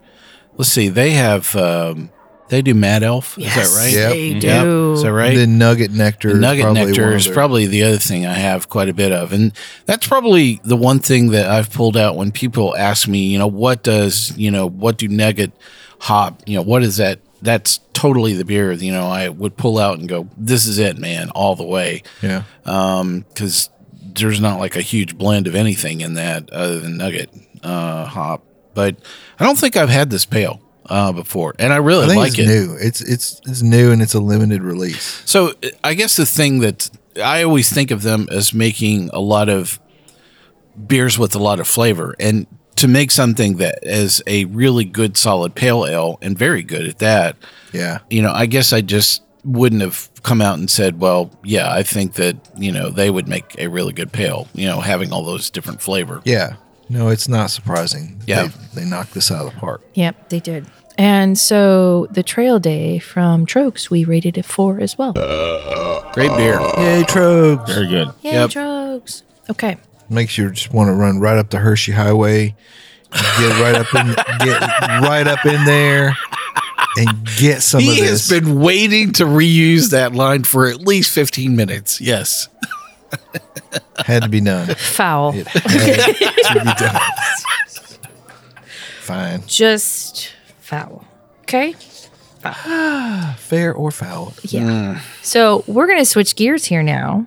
Speaker 3: Let's see, they have um, they do Mad Elf. is
Speaker 6: Yes,
Speaker 3: that right?
Speaker 6: they
Speaker 3: Yep.
Speaker 6: do.
Speaker 3: Is that right?
Speaker 6: The nugget nectar.
Speaker 3: The
Speaker 6: is
Speaker 3: nugget
Speaker 6: probably one
Speaker 3: nectar
Speaker 6: of
Speaker 3: is
Speaker 6: their-
Speaker 3: probably the other thing I have quite a bit of, and that's probably the one thing that I've pulled out when people ask me, you know, what does you know what do nugget hop, you know, what is that? That's totally the beer. You know, I would pull out and go, this is it, man, all the way
Speaker 6: yeah.
Speaker 3: because there's not like a huge blend of anything in that other than nugget uh, hop. But I don't think I've had this pale uh, before, and I really
Speaker 6: I think
Speaker 3: like
Speaker 6: it's
Speaker 3: it.
Speaker 6: new. It's it's it's new and it's a limited release.
Speaker 3: So uh, I guess the thing that I always think of them as making a lot of beers with a lot of flavor, and to make something that is a really good solid pale ale and very good at that.
Speaker 6: Yeah.
Speaker 3: You know, I guess I just wouldn't have come out and said, well, yeah, I think that, you know, they would make a really good pale, you know, having all those different flavor.
Speaker 6: Yeah. No, it's not surprising. that
Speaker 3: Yeah.
Speaker 6: They, they knocked this out of the park.
Speaker 2: Yep, they did. And so the Trail Day from Trox, we rated it four as well.
Speaker 6: Uh,
Speaker 3: Great beer.
Speaker 6: Yay, Trogs.
Speaker 4: Very good.
Speaker 2: Yay, Trox. Okay.
Speaker 6: Makes you just want to run right up the Hershey Highway, get right up in get right up in there and get some
Speaker 3: he
Speaker 6: of
Speaker 3: has
Speaker 6: this.
Speaker 3: been waiting to reuse that line for at least 15 minutes. Yes.
Speaker 6: had to
Speaker 3: (laughs)
Speaker 6: be done.
Speaker 2: Foul.
Speaker 6: It had to be done. Fine.
Speaker 2: Just foul. Okay. Foul.
Speaker 6: Fair or foul.
Speaker 2: Yeah. so we're going to switch gears here now.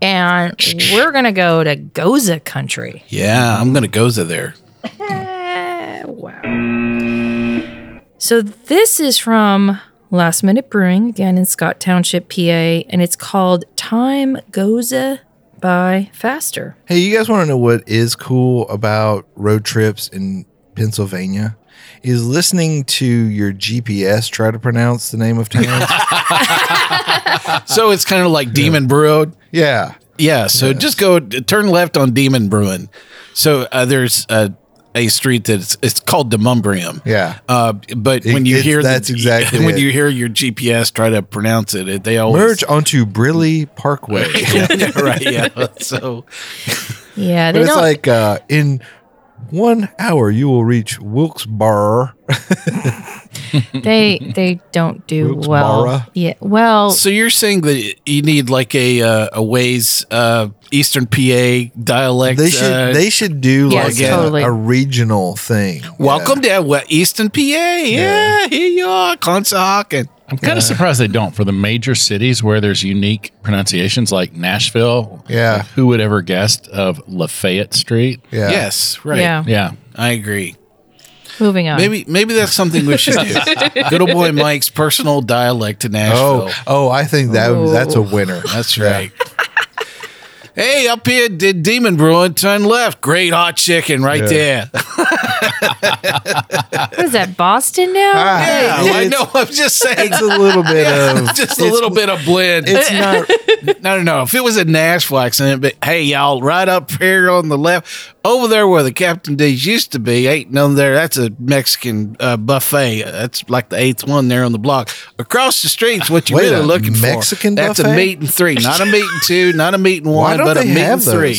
Speaker 2: And we're going to go to Goza country.
Speaker 3: Yeah, I'm going to go to there.
Speaker 2: Eh, wow. So this is from Last Minute Brewing, again in Scott Township, PA, and it's called Time Goza by Faster.
Speaker 6: Hey, you guys want to know what is cool about road trips in Pennsylvania? Is listening to your GPS try to pronounce the name
Speaker 3: (laughs)
Speaker 6: of towns.
Speaker 3: so it's kind of like Demon Brewed.
Speaker 6: Yeah.
Speaker 3: Yeah. So just go turn left on Demon Brewing. So uh, there's a, a street that's it's called Demumbrium.
Speaker 6: Yeah.
Speaker 3: Uh, but
Speaker 6: It-
Speaker 3: when you
Speaker 6: it's-
Speaker 3: hear
Speaker 6: that's exactly
Speaker 3: (laughs) when
Speaker 6: it.
Speaker 3: you hear your GPS try to pronounce it, it they always
Speaker 6: Merge onto Briley Parkway.
Speaker 3: (laughs) yeah, right. Yeah. (laughs) So
Speaker 2: Yeah,
Speaker 6: but
Speaker 2: they
Speaker 6: it's
Speaker 2: don't.
Speaker 6: like uh, in one hour, you will reach Wilkes-Barre.
Speaker 2: They they don't do well.
Speaker 3: Barra.
Speaker 2: Yeah. Well,
Speaker 3: So you're saying that you need like a uh, a ways uh, Eastern PA dialect.
Speaker 6: They should
Speaker 3: uh,
Speaker 6: they should do
Speaker 3: Yeah,
Speaker 6: like a-
Speaker 3: totally.
Speaker 6: a, regional thing.
Speaker 3: Welcome to Wa- Eastern PA. Yeah, here you are, Consahawken.
Speaker 4: I'm kind of surprised they don't for the major cities where there's unique pronunciations like Nashville.
Speaker 6: Yeah.
Speaker 4: Who would ever guessed of Lafayette Street?
Speaker 6: Yeah.
Speaker 3: Yes, right.
Speaker 2: Yeah.
Speaker 4: Yeah.
Speaker 3: I agree.
Speaker 2: moving on.
Speaker 3: Maybe maybe that's something we should do.
Speaker 4: (laughs)
Speaker 3: Good old boy Mike's personal dialect to Nashville.
Speaker 6: Oh, oh, I think that that's
Speaker 3: (laughs)
Speaker 6: a winner.
Speaker 3: That's right. Hey, up here, did Demon Brewing turn left? Great hot chicken right
Speaker 6: Yeah.
Speaker 3: there.
Speaker 2: What is that Boston now?
Speaker 3: Yeah, (laughs) I know. I'm just saying.
Speaker 6: ah, It's a little
Speaker 3: (laughs)
Speaker 6: bit of
Speaker 3: just a little bit of blend.
Speaker 6: It's not.
Speaker 3: I don't know if it was a Nashville accident, but hey, y'all, right up here on the left, over there where the Captain D's used to be, ain't none there. That's a Mexican uh, buffet. That's like the eighth one there on the block. Across the street's what you're
Speaker 6: Wait,
Speaker 3: really
Speaker 6: a
Speaker 3: looking for.
Speaker 6: Mexican
Speaker 3: That's
Speaker 6: buffet?
Speaker 3: a meat and three, not a meat and two, not a meat and
Speaker 6: Why
Speaker 3: one,
Speaker 6: don't
Speaker 3: but a
Speaker 6: they
Speaker 3: meat and
Speaker 6: have
Speaker 3: three.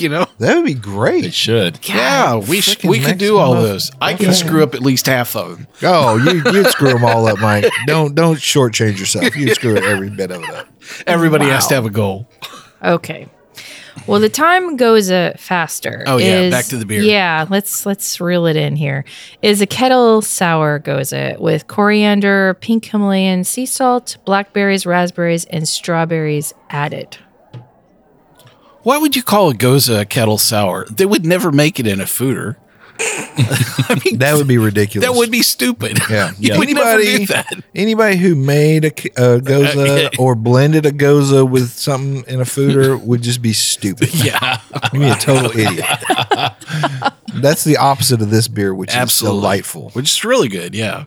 Speaker 3: (laughs) you know,
Speaker 6: That would be great.
Speaker 4: They should.
Speaker 3: yeah, we sh-
Speaker 6: frickin'
Speaker 3: we could do
Speaker 6: Mexican
Speaker 3: all
Speaker 6: buff-
Speaker 3: those. I can
Speaker 6: buffet.
Speaker 3: screw up at least half of them.
Speaker 6: Oh, you you screw them all up, Mike. Don't don't shortchange yourself. You screw every bit of it
Speaker 3: (laughs)
Speaker 6: up.
Speaker 3: Everybody has to have a goal.
Speaker 2: Okay. Well, the time goes uh, faster.
Speaker 3: Oh, yeah, back to the beer.
Speaker 2: Yeah, let's let's reel it in here. Is a kettle sour goza with coriander, pink Himalayan sea salt, blackberries, raspberries, and strawberries added.
Speaker 3: Why would you call a goza a kettle sour? They would never make it in a fooder.
Speaker 6: That would be ridiculous.
Speaker 3: That would be stupid.
Speaker 6: Yeah.
Speaker 3: (laughs) You would never do
Speaker 6: Anybody,
Speaker 3: that.
Speaker 6: anybody who made a, k- a goza or blended a goza with something in a fooder would just be stupid.
Speaker 3: (laughs) (laughs) Yeah.
Speaker 6: You'd be a
Speaker 3: (laughs)
Speaker 6: total idiot. That's the opposite of this beer, which
Speaker 3: Absolutely.
Speaker 6: is delightful.
Speaker 3: Which is really good, yeah.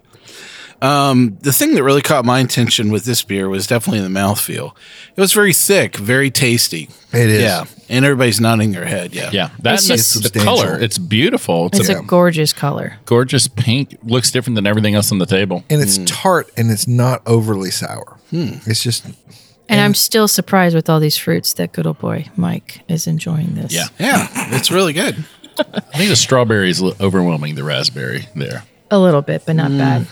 Speaker 3: Um, the thing that really caught my attention with this beer was definitely the mouthfeel. It was very thick, very tasty.
Speaker 6: It is.
Speaker 3: Yeah. And everybody's nodding their head. Yeah.
Speaker 4: Yeah. That's
Speaker 2: It's just-
Speaker 4: the color. It's beautiful. It's,
Speaker 2: It's
Speaker 4: a
Speaker 2: a gorgeous color.
Speaker 4: gorgeous pink. Looks different than everything else on the table.
Speaker 6: And
Speaker 3: Mm.
Speaker 6: it's tart and it's not overly sour.
Speaker 3: Hmm.
Speaker 6: It's just,
Speaker 2: And, I'm still surprised with all these fruits that good old boy Mike is enjoying this.
Speaker 4: Yeah.
Speaker 3: Yeah. It's really good.
Speaker 4: (laughs) I think the strawberry is overwhelming the raspberry there.
Speaker 2: A little bit, but
Speaker 3: Mm.
Speaker 2: not bad.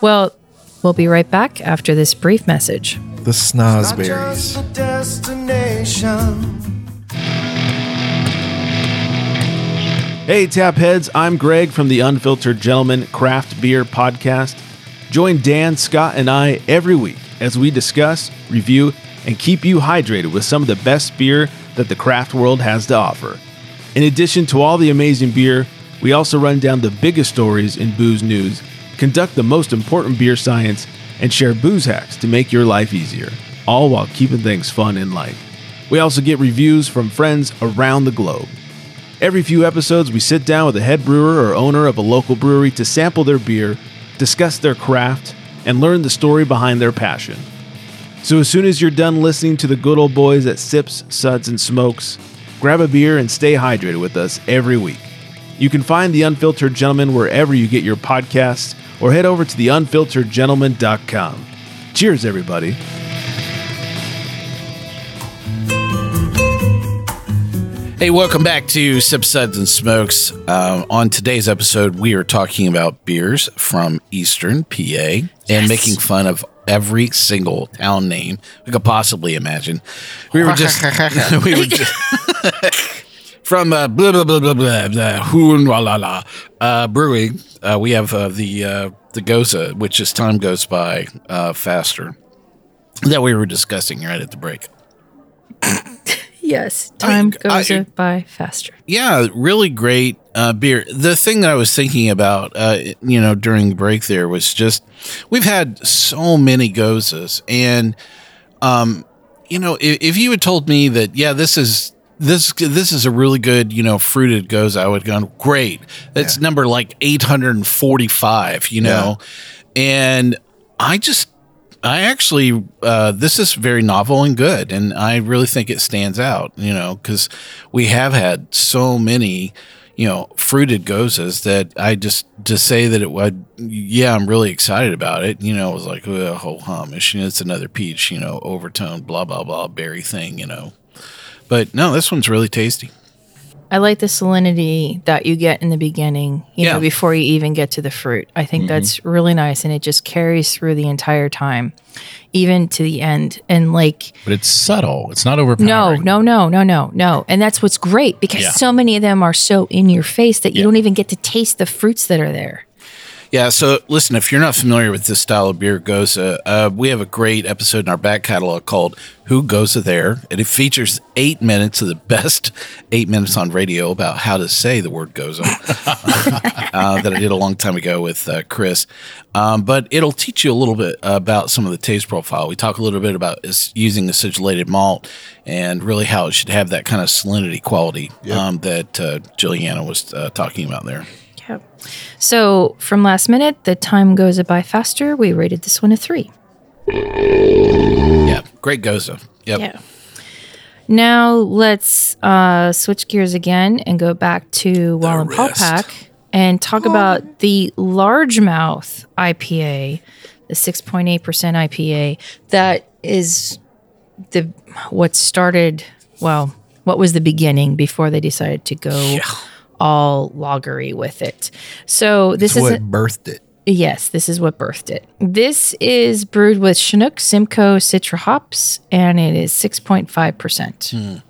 Speaker 2: Well, we'll be right back after this brief message.
Speaker 6: the snozberries.
Speaker 14: Just a destination.
Speaker 15: Hey, tap heads! I'm Greg from the Unfiltered Gentleman Craft Beer Podcast. Join Dan, Scott, and I every week as we discuss, review, and keep you hydrated with some of the best beer that the craft world has to offer. In addition to all the amazing beer, we also run down the biggest stories in booze news, conduct the most important beer science, and share booze hacks to make your life easier, all while keeping things fun and light. We also get reviews from friends around the globe. Every few episodes, we sit down with a head brewer or owner of a local brewery to sample their beer, discuss their craft, and learn the story behind their passion. So as soon as you're done listening to the good old boys at Sips, Suds, and Smokes, grab a beer and stay hydrated with us every week. You can find The Unfiltered Gentleman wherever you get your podcasts or head over to theunfilteredgentleman.com. Cheers, everybody.
Speaker 3: Hey, welcome back to Sip Suds and Smokes. Um, on today's episode, we are talking about beers from Eastern PA and making fun of every single town name we could possibly imagine. We were just, (laughs) we were just from uh, blah blah blah blah blah, blah hoon la la la uh, brewing. Uh, we have uh, the uh, the Goza, which is time goes by uh, faster. That we were discussing right at the break.
Speaker 2: Yes, time goes uh, by faster.
Speaker 3: Yeah, really great uh, beer. The thing that I was thinking about, uh, you know, during the break there was just we've had so many gozas, and um, you know, if, if you had told me that, yeah, this is this this is a really good, you know, fruited goza, I would have gone great. That's number like eight hundred and forty five. You know, and I just. I actually, uh, this is very novel and good, and I really think it stands out. You know, because we have had so many, you know, fruited gozas that I just to say that it would. Yeah, I'm really excited about it. You know, it was like a whole hum. It's, you know, it's another peach. You know, overtone, blah blah blah, berry thing. You know, but no, this one's really tasty.
Speaker 2: I like the salinity that you get in the beginning, you
Speaker 3: Yeah.
Speaker 2: know, before you even get to the fruit. I think
Speaker 3: Mhm.
Speaker 2: that's really nice and it just carries through the entire time, even to the end. And like
Speaker 4: But it's subtle. It's not overpowering.
Speaker 2: no, no, no, no, no, no. And that's what's great because
Speaker 4: Yeah.
Speaker 2: so many of them are so in your face that you don't even get to taste the fruits that are there.
Speaker 3: Yeah, so listen, if you're not familiar with this style of beer, Goza, uh, we have a great episode in our back catalog called Who Goza There? And it features eight minutes of the best eight minutes on radio about how to say the word Goza (laughs) uh, that I did a long time ago with uh, Chris. Um, but it'll teach you a little bit about some of the taste profile. We talk a little bit about is using acidulated malt and really how it should have that kind of salinity quality um, that uh, Juliana was uh, talking about there.
Speaker 2: So from last minute, the time goes by faster. We rated this one a three.
Speaker 3: Yeah, great Goza. Yep.
Speaker 2: Yeah. Now let's uh, switch gears again and go back to Warren Paulpack and talk about the largemouth IPA, the 6.8% IPA that is the what started, well, what was the beginning before they decided to go all lagery with it. So this
Speaker 6: It's
Speaker 2: is
Speaker 6: what
Speaker 2: a-
Speaker 6: birthed it.
Speaker 2: Yes, this is what birthed it. This is brewed with Chinook, Simcoe, Citra hops, and it is 6.5%.
Speaker 4: Mm,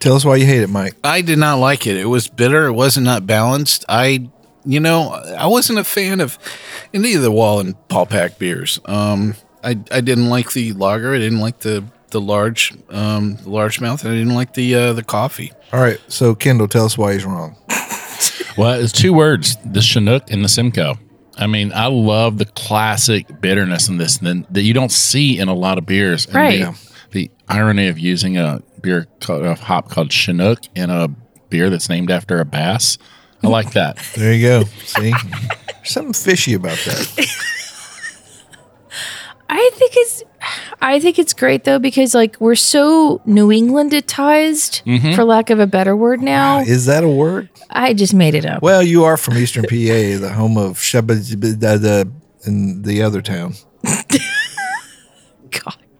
Speaker 6: Tell us why you hate it, Mike.
Speaker 3: I did not like it. It was bitter. It wasn't not balanced. I, you know, I wasn't a fan of any of the Wall and Paul Pack beers. Um, I I didn't like the lager. I didn't like the the large um the large mouth. And I didn't like the uh, the coffee.
Speaker 6: All right, so Kendall, tell us why he's wrong.
Speaker 4: Well, it's two words: the Chinook and the Simcoe. I mean, I love the classic bitterness in this then that you don't see in a lot of beers. And
Speaker 2: Right.
Speaker 4: The, the irony of using a beer called, a hop called Chinook in a beer that's named after a bass. I like that.
Speaker 6: There you go. See, There's something fishy about that.
Speaker 2: I think it's I think it's great though because like we're so New Englanditized
Speaker 4: Mm-hmm.
Speaker 6: Mhm.
Speaker 2: for lack of a better word now.
Speaker 6: Is that a word?
Speaker 2: I just made it up.
Speaker 6: Well, you are from Eastern PA, the home of Shabba in the other town.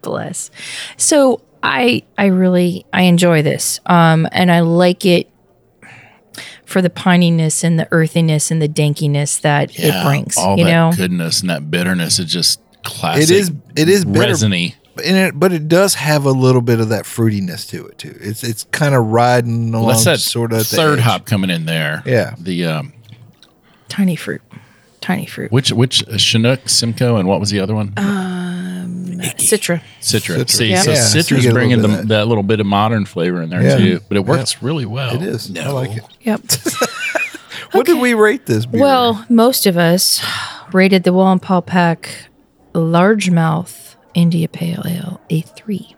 Speaker 2: Bless. So I I really I enjoy this. Um and I like it for the pininess and the earthiness and the dankiness that it brings.
Speaker 4: all
Speaker 2: you
Speaker 4: that
Speaker 2: know?
Speaker 4: goodness and that bitterness is just classic.
Speaker 6: It is. It is bitter,
Speaker 4: resiny.
Speaker 6: but in it, but it does have a little bit of that fruitiness to it too. It's it's kind of riding
Speaker 4: Well,
Speaker 6: along,
Speaker 4: that's that
Speaker 6: sort of
Speaker 4: third hop coming in there.
Speaker 6: Yeah.
Speaker 4: the um,
Speaker 2: Tiny fruit. Tiny fruit.
Speaker 4: which which uh, Chinook, Simcoe, and what was the other one?
Speaker 2: Um Citra.
Speaker 4: Citra.
Speaker 2: Citra.
Speaker 4: See,
Speaker 2: Yeah.
Speaker 4: so
Speaker 2: Yeah, so you
Speaker 4: Citra's
Speaker 2: get a little
Speaker 4: bringing
Speaker 2: bit
Speaker 4: the,
Speaker 2: of
Speaker 4: that. little bit of modern flavor in there
Speaker 6: Yeah.
Speaker 4: too, but it
Speaker 6: Yeah.
Speaker 4: works really well. It
Speaker 6: is. I like it.
Speaker 4: (laughs)
Speaker 2: Yep.
Speaker 6: What did we rate this beer?
Speaker 2: Well, most of us rated the Wall and Paul Pack Largemouth India Pale Ale a three.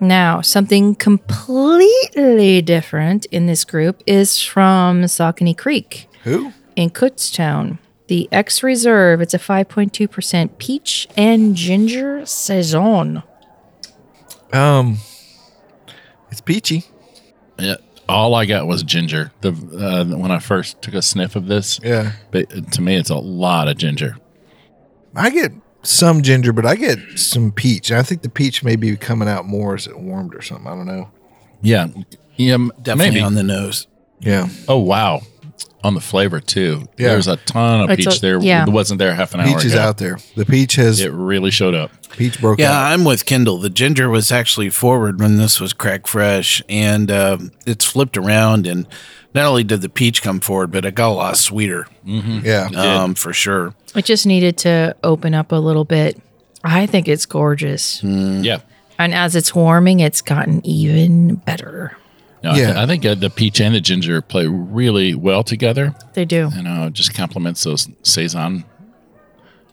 Speaker 2: Now, something completely different in this group is from Saucony Creek
Speaker 6: Who?
Speaker 2: in Kutztown. The X Reserve, it's a 5.2% peach and ginger saison.
Speaker 6: Um, it's peachy.
Speaker 4: Yeah. All I got was ginger. The uh, when I first took a sniff of this,
Speaker 6: Yeah.
Speaker 4: But to me, it's a lot of ginger.
Speaker 6: I get some ginger, but I get some peach. I think the peach may be coming out more as it warmed or something. I don't know.
Speaker 4: Yeah, yeah, m-
Speaker 3: Definitely
Speaker 4: maybe.
Speaker 3: on the nose.
Speaker 6: Yeah.
Speaker 4: Oh wow, on the flavor too.
Speaker 6: Yeah.
Speaker 4: There's a ton of
Speaker 6: It's
Speaker 4: peach
Speaker 6: a-
Speaker 4: there.
Speaker 6: yeah.
Speaker 4: that wasn't there half an hour
Speaker 6: Peach is
Speaker 4: ago.
Speaker 6: out there. The peach has
Speaker 4: It really showed up.
Speaker 6: peach broke
Speaker 3: Yeah,
Speaker 6: out.
Speaker 3: I'm with Kendall. The ginger was actually forward when this was crack fresh, and um it's flipped around. And not only did the peach come forward, but it got a lot sweeter. Mm-hmm.
Speaker 6: Yeah,
Speaker 3: um, for sure.
Speaker 2: It just needed to open up a little bit. I think it's gorgeous.
Speaker 4: Yeah.
Speaker 2: And as it's warming, it's gotten even better.
Speaker 4: No, I, th- I think uh, the peach and the ginger play really well together.
Speaker 2: They do.
Speaker 4: You know, it just complements those saison,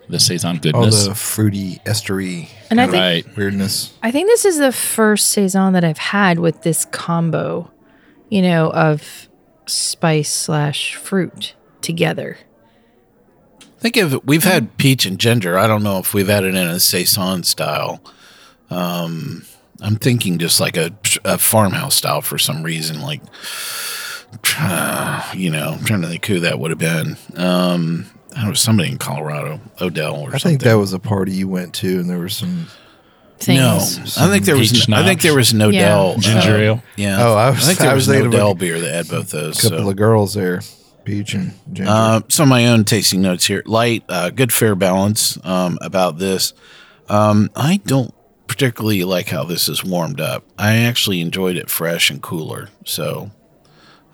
Speaker 4: the saison
Speaker 6: All
Speaker 4: goodness.
Speaker 6: the fruity, estery,
Speaker 2: And I
Speaker 6: kind of
Speaker 4: think-
Speaker 6: weirdness.
Speaker 2: I think this is the first saison that I've had with this combo, you know, of spice slash fruit together.
Speaker 3: I think if we've had peach and ginger, I don't know if we've had it in a saison style. Um, I'm thinking just like a, a farmhouse style for some reason, like (sighs) uh, you know, I'm trying to think who that would have been. Um, I don't know somebody in Colorado, Odell or
Speaker 6: I
Speaker 3: something.
Speaker 6: think that was a party you went to, and there was some
Speaker 2: things.
Speaker 3: No, I think there was.
Speaker 4: Peach
Speaker 3: No, I think
Speaker 4: schnapps.
Speaker 3: there was no
Speaker 2: Yeah.
Speaker 3: Dell
Speaker 4: Ginger ale?
Speaker 3: Yeah.
Speaker 6: Oh, I was-
Speaker 3: I think there
Speaker 6: I
Speaker 3: was,
Speaker 6: was
Speaker 3: no
Speaker 6: thinking of a
Speaker 3: Dell beer that had both those.
Speaker 6: couple
Speaker 3: so.
Speaker 6: of girls there, peach and ginger.
Speaker 4: Um,
Speaker 3: Uh, some of my own tasting notes here. Light, uh, good fair balance um, about this. Um, I don't particularly like how this is warmed up. I actually enjoyed it fresh and cooler. So,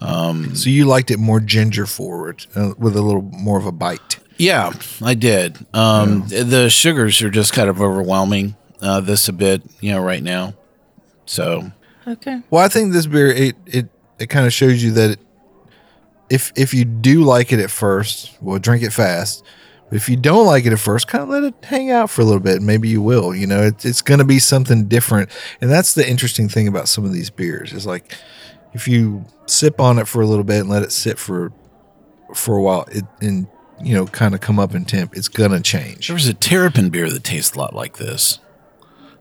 Speaker 3: um,
Speaker 6: so you liked it more ginger forward uh, with a little more of a bite.
Speaker 3: yeah, I did. Um, th- The sugars are just kind of overwhelming uh, this a bit, you know, right now. So,
Speaker 2: Okay.
Speaker 6: Well, I think this beer it it, it kind of shows you that it, if if you do like it at first, well, drink it fast. But if you don't like it at first, kind of let it hang out for a little bit. Maybe you will. You know, it, it's going to be something different, and that's the interesting thing about some of these beers is like if you sip on it for a little bit and let it sit for for a while, it and you know, kind of come up in temp, it's going to change.
Speaker 3: there was a terrapin beer that tastes a lot like this.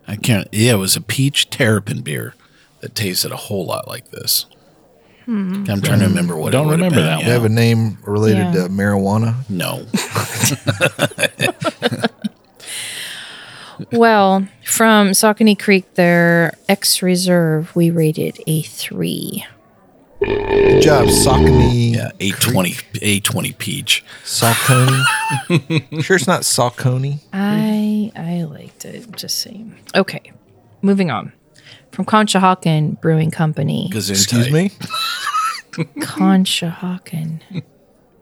Speaker 3: I can't, yeah, it was a peach terrapin beer that tasted a whole lot like this.
Speaker 2: Hmm.
Speaker 3: I'm trying to remember what.
Speaker 4: Don't
Speaker 3: it would've
Speaker 4: remember
Speaker 3: been,
Speaker 4: that
Speaker 3: yeah.
Speaker 6: Do you have a name related
Speaker 2: Yeah.
Speaker 6: to marijuana? (laughs)
Speaker 3: No.
Speaker 2: Well, from Saucony Creek, their X Reserve, we rated a three.
Speaker 6: Good job, Saucony.
Speaker 3: Yeah, 820, 820 peach.
Speaker 6: Saucony. (laughs) sure, it's not Saucony.
Speaker 2: I I liked it. Just saying. Okay, moving on from Conshohocken Brewing Company.
Speaker 6: Excuse me. (laughs)
Speaker 2: Conshohocken.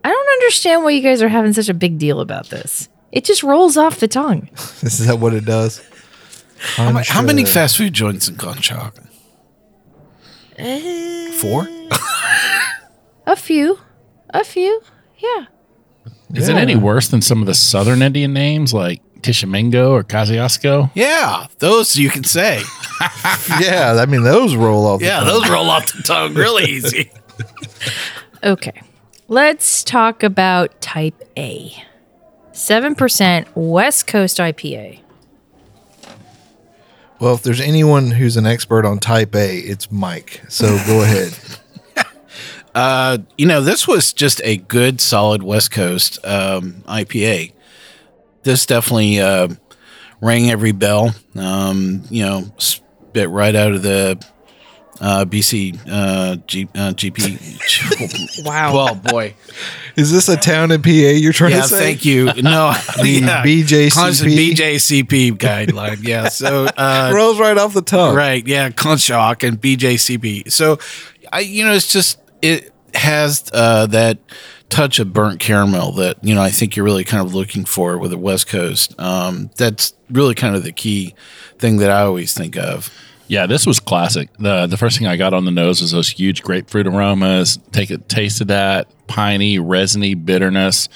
Speaker 2: I don't understand why you guys are having such a big deal about this. It just rolls off the tongue.
Speaker 6: Is that what it does?
Speaker 3: How, ma- how many
Speaker 6: Contra-
Speaker 3: fast food joints in Conshohocken? Four?
Speaker 2: A few, a few. Yeah.
Speaker 4: Is it any worse than some of the southern Indian names like oh, Tishomingo or Kosciuszko?
Speaker 3: Yeah, those you can
Speaker 4: (laughs)
Speaker 3: say.
Speaker 6: yeah, I mean those roll off. the
Speaker 3: Yeah,
Speaker 6: tongue.
Speaker 3: those roll off the tongue really
Speaker 4: (laughs)
Speaker 3: easy.
Speaker 2: Okay. Let's talk about type A. 7% West Coast IPA.
Speaker 6: Well, if there's anyone who's an expert on Type A, it's Mike. So
Speaker 3: (laughs)
Speaker 6: go ahead.
Speaker 3: Uh, you know, this was just a good, solid West Coast um, IPA. This definitely uh, rang every bell. Um, you know, spit right out of the uh, BC uh, G, uh,
Speaker 6: (laughs)
Speaker 3: GP.
Speaker 2: wow.
Speaker 3: Well, boy.
Speaker 6: Is this a town in PA you're trying
Speaker 3: yeah,
Speaker 6: to say?
Speaker 3: thank you.
Speaker 6: (laughs)
Speaker 3: No,
Speaker 6: The
Speaker 3: yeah.
Speaker 6: BJCP?
Speaker 3: Constant BJCP guideline. Yeah, so
Speaker 4: (laughs)
Speaker 3: uh,
Speaker 6: Rolls right off the tongue.
Speaker 3: Right. Yeah. Conshock and BJCB. So, I, you know, it's just, it has uh, that touch of burnt caramel that, you know, I think you're really kind of looking for with the West Coast. Um, that's really kind of the key thing that I always think of.
Speaker 4: Yeah, this was classic. the The first thing I got on the nose was those huge grapefruit aromas. Take a taste of that piney, resiny bitterness.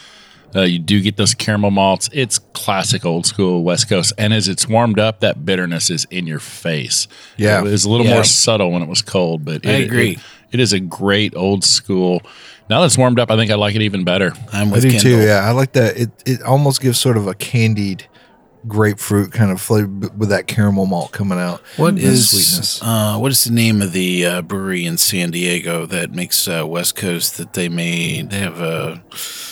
Speaker 4: Uh, you do get those caramel malts. It's classic old school West Coast, and as it's warmed up, that bitterness is in your face.
Speaker 6: Yeah.
Speaker 4: it was a little
Speaker 6: Yeah.
Speaker 4: more subtle when it was cold, but
Speaker 3: I
Speaker 4: it,
Speaker 3: agree.
Speaker 4: it- it is a great old school. Now that it's warmed up, I think I like it even better.
Speaker 3: I'm
Speaker 6: I do too. Yeah, I like that. It it almost gives sort of a candied grapefruit kind of flavor b- with that caramel malt coming out.
Speaker 3: What
Speaker 6: and that
Speaker 3: is
Speaker 6: sweetness?
Speaker 3: uh, what is the name of the uh, brewery in San Diego that makes uh, West Coast that they made? They have uh, a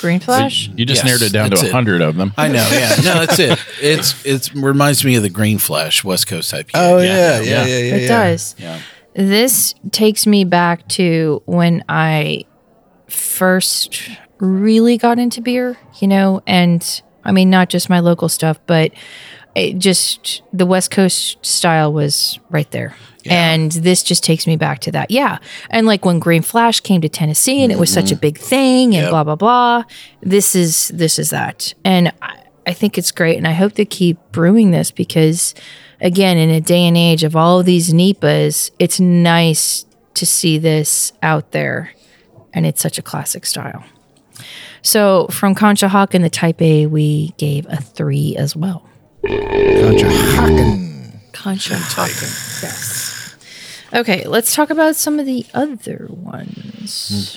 Speaker 2: Green Flash?
Speaker 4: You just
Speaker 3: Yes,
Speaker 4: narrowed it down
Speaker 3: that's
Speaker 4: to
Speaker 3: it.
Speaker 4: hundred of them.
Speaker 3: I know, yeah, (laughs) no, that's it. It's it's reminds me of the Green Flash West Coast IPA.
Speaker 6: Oh yeah, yeah, yeah, yeah. yeah,
Speaker 2: it does.
Speaker 3: Yeah.
Speaker 2: This takes me back to when I first really got into beer, you know, and I mean, not just my local stuff, but it just the West Coast style was right there. And this just takes me back to that. Yeah. And like when Green Flash came to Tennessee and it was such a big thing and
Speaker 3: Yep.
Speaker 2: blah blah blah. This is this is that. And I, I think it's great and I hope they keep brewing this because again in a day and age of all of these NEPAs, it's nice to see this out there and it's such a classic style. So from Conshohocken and the Type A, we gave a three as well.
Speaker 6: (sighs)
Speaker 2: Conshohocken, yes. Okay, let's talk about some of the other
Speaker 6: (laughs)
Speaker 2: ones.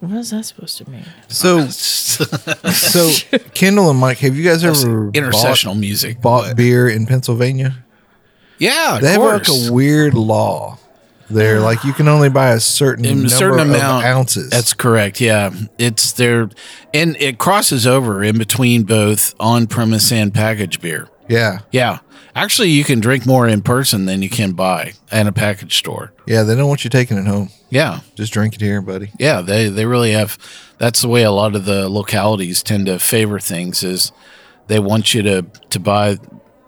Speaker 2: what is that supposed to mean?
Speaker 6: So, so Kendall and Mike, have you guys ever
Speaker 3: intercessional music.
Speaker 6: bought, bought beer in Pennsylvania?
Speaker 3: Yeah, of
Speaker 6: they have like
Speaker 3: course.
Speaker 6: a weird law there. Like you can only buy a certain
Speaker 3: In
Speaker 6: number
Speaker 3: a certain amount
Speaker 6: of ounces.
Speaker 3: That's correct. Yeah, it's there, and it crosses over in between both on-premise and package beer.
Speaker 6: Yeah.
Speaker 3: Yeah. Actually, you can drink more in person than you can buy at a package store.
Speaker 6: Yeah, they don't want you taking it home.
Speaker 3: Yeah.
Speaker 6: Just drink it here, buddy.
Speaker 3: Yeah, they they really have that's the way a lot of the localities tend to favor things is they want you to to buy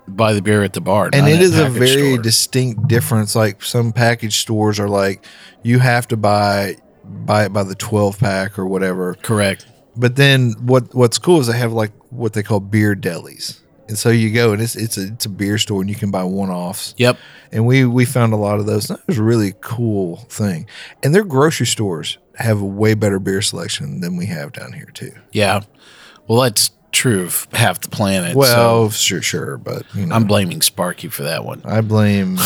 Speaker 3: buy the beer at the bar.
Speaker 6: and
Speaker 3: not
Speaker 6: it
Speaker 3: at
Speaker 6: is a
Speaker 3: package
Speaker 6: very
Speaker 3: store.
Speaker 6: distinct difference. Like some package stores are like, you have to buy buy it by the twelve pack or whatever.
Speaker 3: Correct.
Speaker 6: But then what what's cool is they have like what they call beer delis, and so you go and it's it's a it's a beer store and you can buy one offs.
Speaker 3: Yep.
Speaker 6: And we we found a lot of those. And that was a really cool thing. And their grocery stores have a way better beer selection than we have down here too.
Speaker 3: Yeah. Well, that's true of half the planet.
Speaker 6: Well,
Speaker 3: so
Speaker 6: sure, sure, but
Speaker 3: I'm blaming Sparky for that one.
Speaker 6: I
Speaker 3: (laughs)
Speaker 6: blame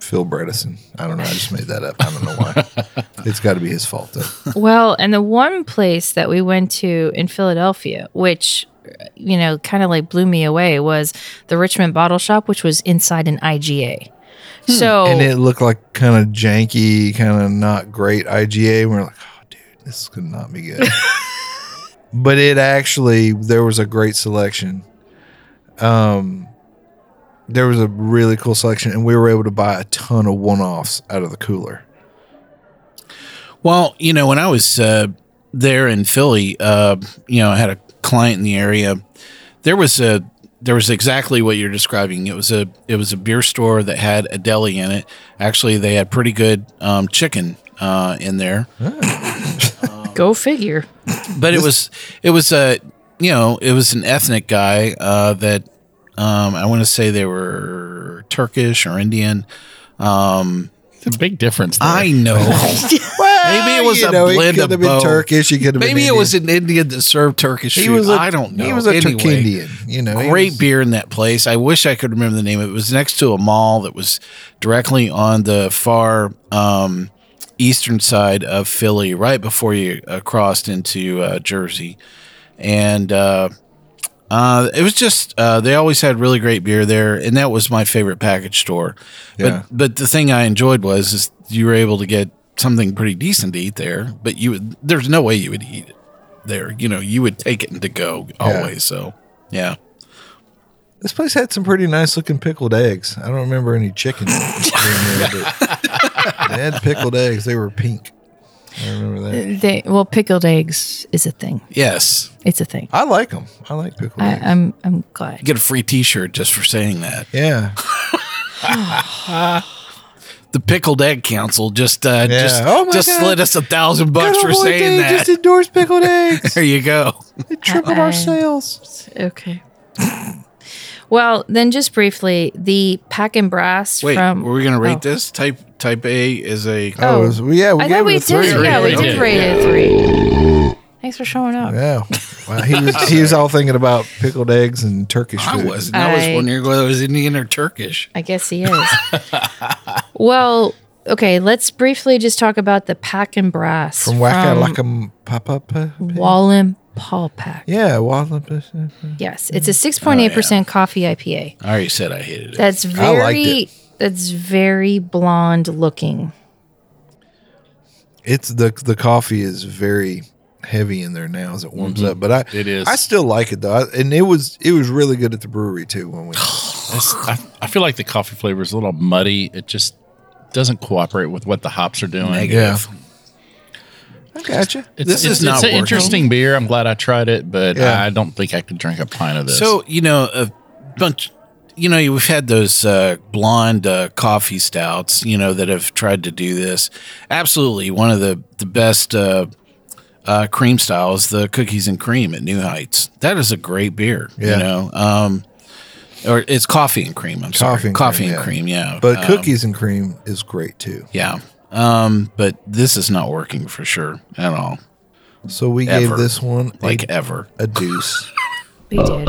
Speaker 6: Phil Bredesen. I don't know. I just made that up. I don't
Speaker 3: (laughs)
Speaker 6: know why. it's got to be his fault, though.
Speaker 2: well, and the one place that we went to in Philadelphia, which uh, you know, kind of like blew me away, was the Richmond Bottle Shop, which was inside an IGA. So
Speaker 6: Hmm.
Speaker 3: Oh.
Speaker 6: and it looked like kind of janky, kind of not great IGA. And we're like, oh, dude, this could not be
Speaker 3: (laughs)
Speaker 6: good. but it actually, there was a great selection. Um, there was a really cool selection, and we were able to buy a ton of one offs out of the cooler.
Speaker 3: Well, you know, when I was uh, there in Philly, uh, you know, I had a client in the area. There was a there was exactly what you're describing. It was a it was a beer store that had a deli in it. Actually, they had pretty good um, chicken uh, in there,
Speaker 2: go figure.
Speaker 3: but it was it was a you know it was an ethnic guy uh, that um, I want to say they were Turkish or Indian. Um,
Speaker 4: it's a big difference.
Speaker 3: I
Speaker 6: (laughs)
Speaker 3: know. Maybe it was
Speaker 6: you
Speaker 3: a
Speaker 6: know, it
Speaker 3: blend
Speaker 6: could
Speaker 3: of
Speaker 6: have been
Speaker 3: both.
Speaker 6: Turkish, it could have been
Speaker 3: Maybe it was an Indian that served Turkish
Speaker 6: He
Speaker 3: food.
Speaker 6: was a-
Speaker 3: I don't know.
Speaker 6: he was a Turkindian, you know, he
Speaker 3: great
Speaker 6: was-
Speaker 3: beer in that place. I wish I could remember the name. It was next to a mall that was directly on the far um, eastern side of Philly, right before you uh, crossed into uh, Jersey, and. Uh, uh, it was just uh, they always had really great beer there, and that was my favorite package store.
Speaker 6: Yeah.
Speaker 3: But but the thing I enjoyed was is you were able to get something pretty decent to eat there. But you would, there's no way you would eat it there. You know, you would take it and to go always. So yeah,
Speaker 6: This place had some pretty nice looking pickled eggs. I don't remember any chicken. in there, but they had pickled eggs. They were pink. I remember that.
Speaker 2: They well, pickled eggs is a thing.
Speaker 3: yes,
Speaker 2: It's a thing.
Speaker 6: I like them. I like pickled
Speaker 2: I, uh,
Speaker 6: eggs.
Speaker 2: I'm I'm glad.
Speaker 3: you get a free T-shirt just for saying that.
Speaker 6: Yeah.
Speaker 3: The pickled egg council just uh,
Speaker 6: Yeah.
Speaker 3: just
Speaker 6: Oh my
Speaker 3: just
Speaker 6: God.
Speaker 3: slid us a thousand bucks
Speaker 6: Good
Speaker 3: for
Speaker 6: old boy
Speaker 3: saying
Speaker 6: Dave
Speaker 3: that.
Speaker 6: Just endorsed pickled
Speaker 2: (laughs)
Speaker 6: eggs.
Speaker 3: there you go.
Speaker 6: It tripled our sales.
Speaker 2: Okay. Well, then just briefly, the pack and brass
Speaker 3: Wait,
Speaker 2: from
Speaker 3: were we gonna rate
Speaker 2: Oh.
Speaker 3: this? Type Type A is a
Speaker 6: Oh, it was- well, yeah, we
Speaker 2: I
Speaker 6: gave
Speaker 2: thought we
Speaker 6: it
Speaker 2: did.
Speaker 6: a three.
Speaker 2: Yeah, we did
Speaker 3: We did.
Speaker 2: rate it a three. Thanks for showing up.
Speaker 6: Yeah. Wow, he was he was all thinking about pickled eggs and Turkish
Speaker 3: I
Speaker 6: food.
Speaker 3: wasn't. I, was
Speaker 2: I-
Speaker 3: wondering whether it was Indian or Turkish.
Speaker 2: I guess he
Speaker 3: (laughs)
Speaker 2: is. well, okay, let's briefly just talk about the pack and brass
Speaker 6: From Waka Laka Papa. Pa-
Speaker 2: Wallen Paul Pack.
Speaker 6: uh, Yeah, Walla.
Speaker 2: Yes, it's a 6.8% coffee IPA.
Speaker 3: Oh, I already said I hated it.
Speaker 2: That's
Speaker 6: I liked
Speaker 2: very
Speaker 6: it.
Speaker 2: that's very blonde looking.
Speaker 6: It's the the coffee is very heavy in there now as it warms up, but I
Speaker 4: It is.
Speaker 6: I still like it though, I- and it was it was really good at the brewery too when we.
Speaker 4: It's- I, I feel like the coffee flavor is a little muddy. It just doesn't cooperate with what the hops are doing.
Speaker 6: Negative. I gotcha.
Speaker 4: It's, this is not an
Speaker 3: working.
Speaker 4: interesting beer. I'm glad I tried it, but
Speaker 6: Yeah.
Speaker 4: I don't think I could drink a pint of this.
Speaker 3: So you know a bunch. You know we've had those uh, blonde uh, coffee stouts. You know that have tried to do this. Absolutely, one of the the best uh, uh, cream styles, the cookies and cream at New Heights. That is a great beer. You
Speaker 6: Yeah.
Speaker 3: know, um, or it's coffee and cream. I'm sorry,
Speaker 6: Coffee and
Speaker 3: coffee
Speaker 6: cream,
Speaker 3: and
Speaker 6: yeah.
Speaker 3: cream. Yeah,
Speaker 6: But
Speaker 3: Um,
Speaker 6: cookies and cream is great too.
Speaker 3: Yeah, um, but this is not working for sure at all.
Speaker 6: So we
Speaker 3: Ever.
Speaker 6: gave this one a-
Speaker 3: Like ever.
Speaker 6: a deuce. (laughs)
Speaker 2: We did.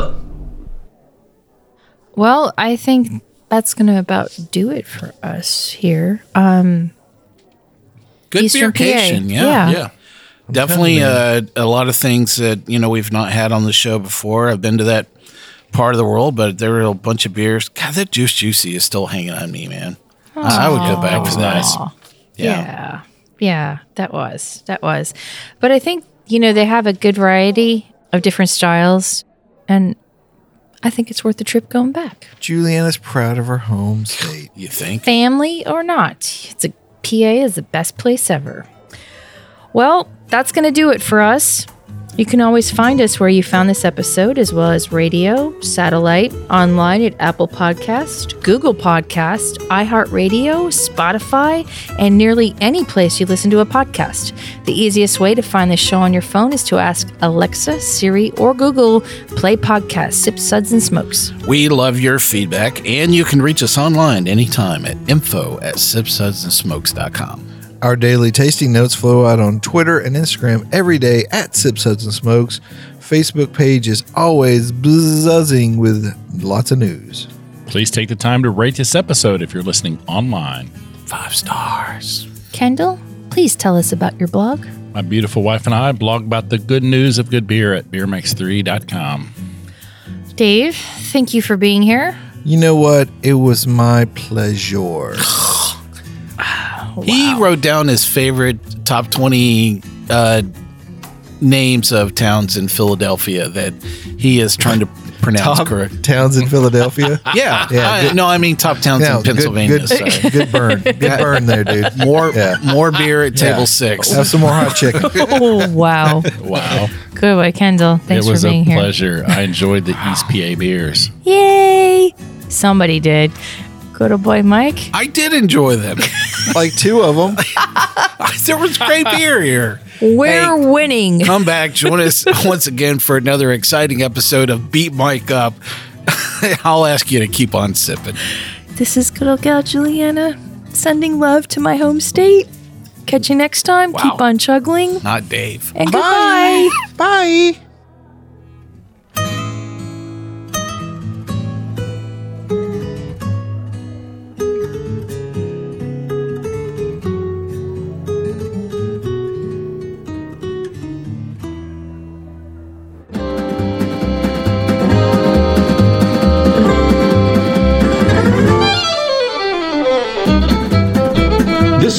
Speaker 2: Well, I think that's going to about do it for us here. Um
Speaker 3: good
Speaker 2: Eastern PA.
Speaker 3: beercation. Yeah,
Speaker 2: Yeah.
Speaker 3: yeah.
Speaker 2: Yeah.
Speaker 3: Definitely uh, a lot of things that you know we've not had on the show before. I've been to that part of the world, but there were a bunch of beers. God, that juice juicy is still hanging on me, man. I would go back for that. Yeah.
Speaker 2: yeah. Yeah, that was. That was. But I think, you know, they have a good variety of different styles and I think it's worth the trip going back.
Speaker 6: Juliana's proud of her home state.
Speaker 3: You think?
Speaker 2: Family or not, it's a PA is the best place ever. Well, that's going to do it for us. You can always find us where you found this episode, as well as radio, satellite, online at Apple Podcast, Google Podcast, iHeartRadio, Spotify, and nearly any place you listen to a podcast. The easiest way to find the show on your phone is to ask Alexa, Siri, or Google, play podcast, sip suds and smokes.
Speaker 3: We love your feedback, and you can reach us online anytime at info at sipsudsandsmokes.com.
Speaker 6: Our daily tasting notes flow out on Twitter and Instagram every day at Sips Suds and Smokes. Facebook page is always buzzing with lots of news.
Speaker 4: Please take the time to rate this episode if you're listening online. Five stars.
Speaker 2: Kendall, please tell us about your blog.
Speaker 4: My beautiful wife and I blog about the good news of good beer at beermakes3.com.
Speaker 2: Dave, thank you for being here.
Speaker 6: You know what? It was my
Speaker 3: (sighs)
Speaker 6: pleasure.
Speaker 3: He wrote down his favorite top 20 uh, names of towns in Philadelphia that he is
Speaker 4: (laughs)
Speaker 3: trying to pronounce
Speaker 6: Top
Speaker 3: correct.
Speaker 6: Towns
Speaker 3: (laughs)
Speaker 6: in Philadelphia.
Speaker 3: Yeah. I-
Speaker 6: good-
Speaker 3: no, I mean top towns
Speaker 6: No,
Speaker 3: in
Speaker 6: good-
Speaker 3: Pennsylvania.
Speaker 4: (laughs)
Speaker 6: Good,
Speaker 3: so.
Speaker 6: good (laughs) burn. Good
Speaker 3: Yeah.
Speaker 6: burn there, dude.
Speaker 3: (laughs) More
Speaker 6: Yeah.
Speaker 3: more beer at table
Speaker 6: Yeah.
Speaker 3: six.
Speaker 6: Have some more hot chicken.
Speaker 3: (laughs)
Speaker 2: oh, wow.
Speaker 4: Wow.
Speaker 2: (laughs) Good boy, Kendall. Thanks
Speaker 4: it was
Speaker 2: for being
Speaker 4: a
Speaker 2: here.
Speaker 4: pleasure. I enjoyed the East PA beers.
Speaker 2: Yay! Somebody did. Good old boy, Mike.
Speaker 3: I did enjoy
Speaker 4: (laughs)
Speaker 3: them. (laughs)
Speaker 6: like two of them.
Speaker 3: there was great beer here.
Speaker 2: We're winning.
Speaker 3: Come back, join
Speaker 4: (laughs)
Speaker 3: us once again for another exciting episode of Beat Mike Up. (laughs) I'll ask you to keep on sipping.
Speaker 2: This is good old gal Juliana sending love to my home state. Catch you next time. Keep on chuggling.
Speaker 3: Not Dave.
Speaker 2: And goodbye.
Speaker 6: Bye.
Speaker 1: This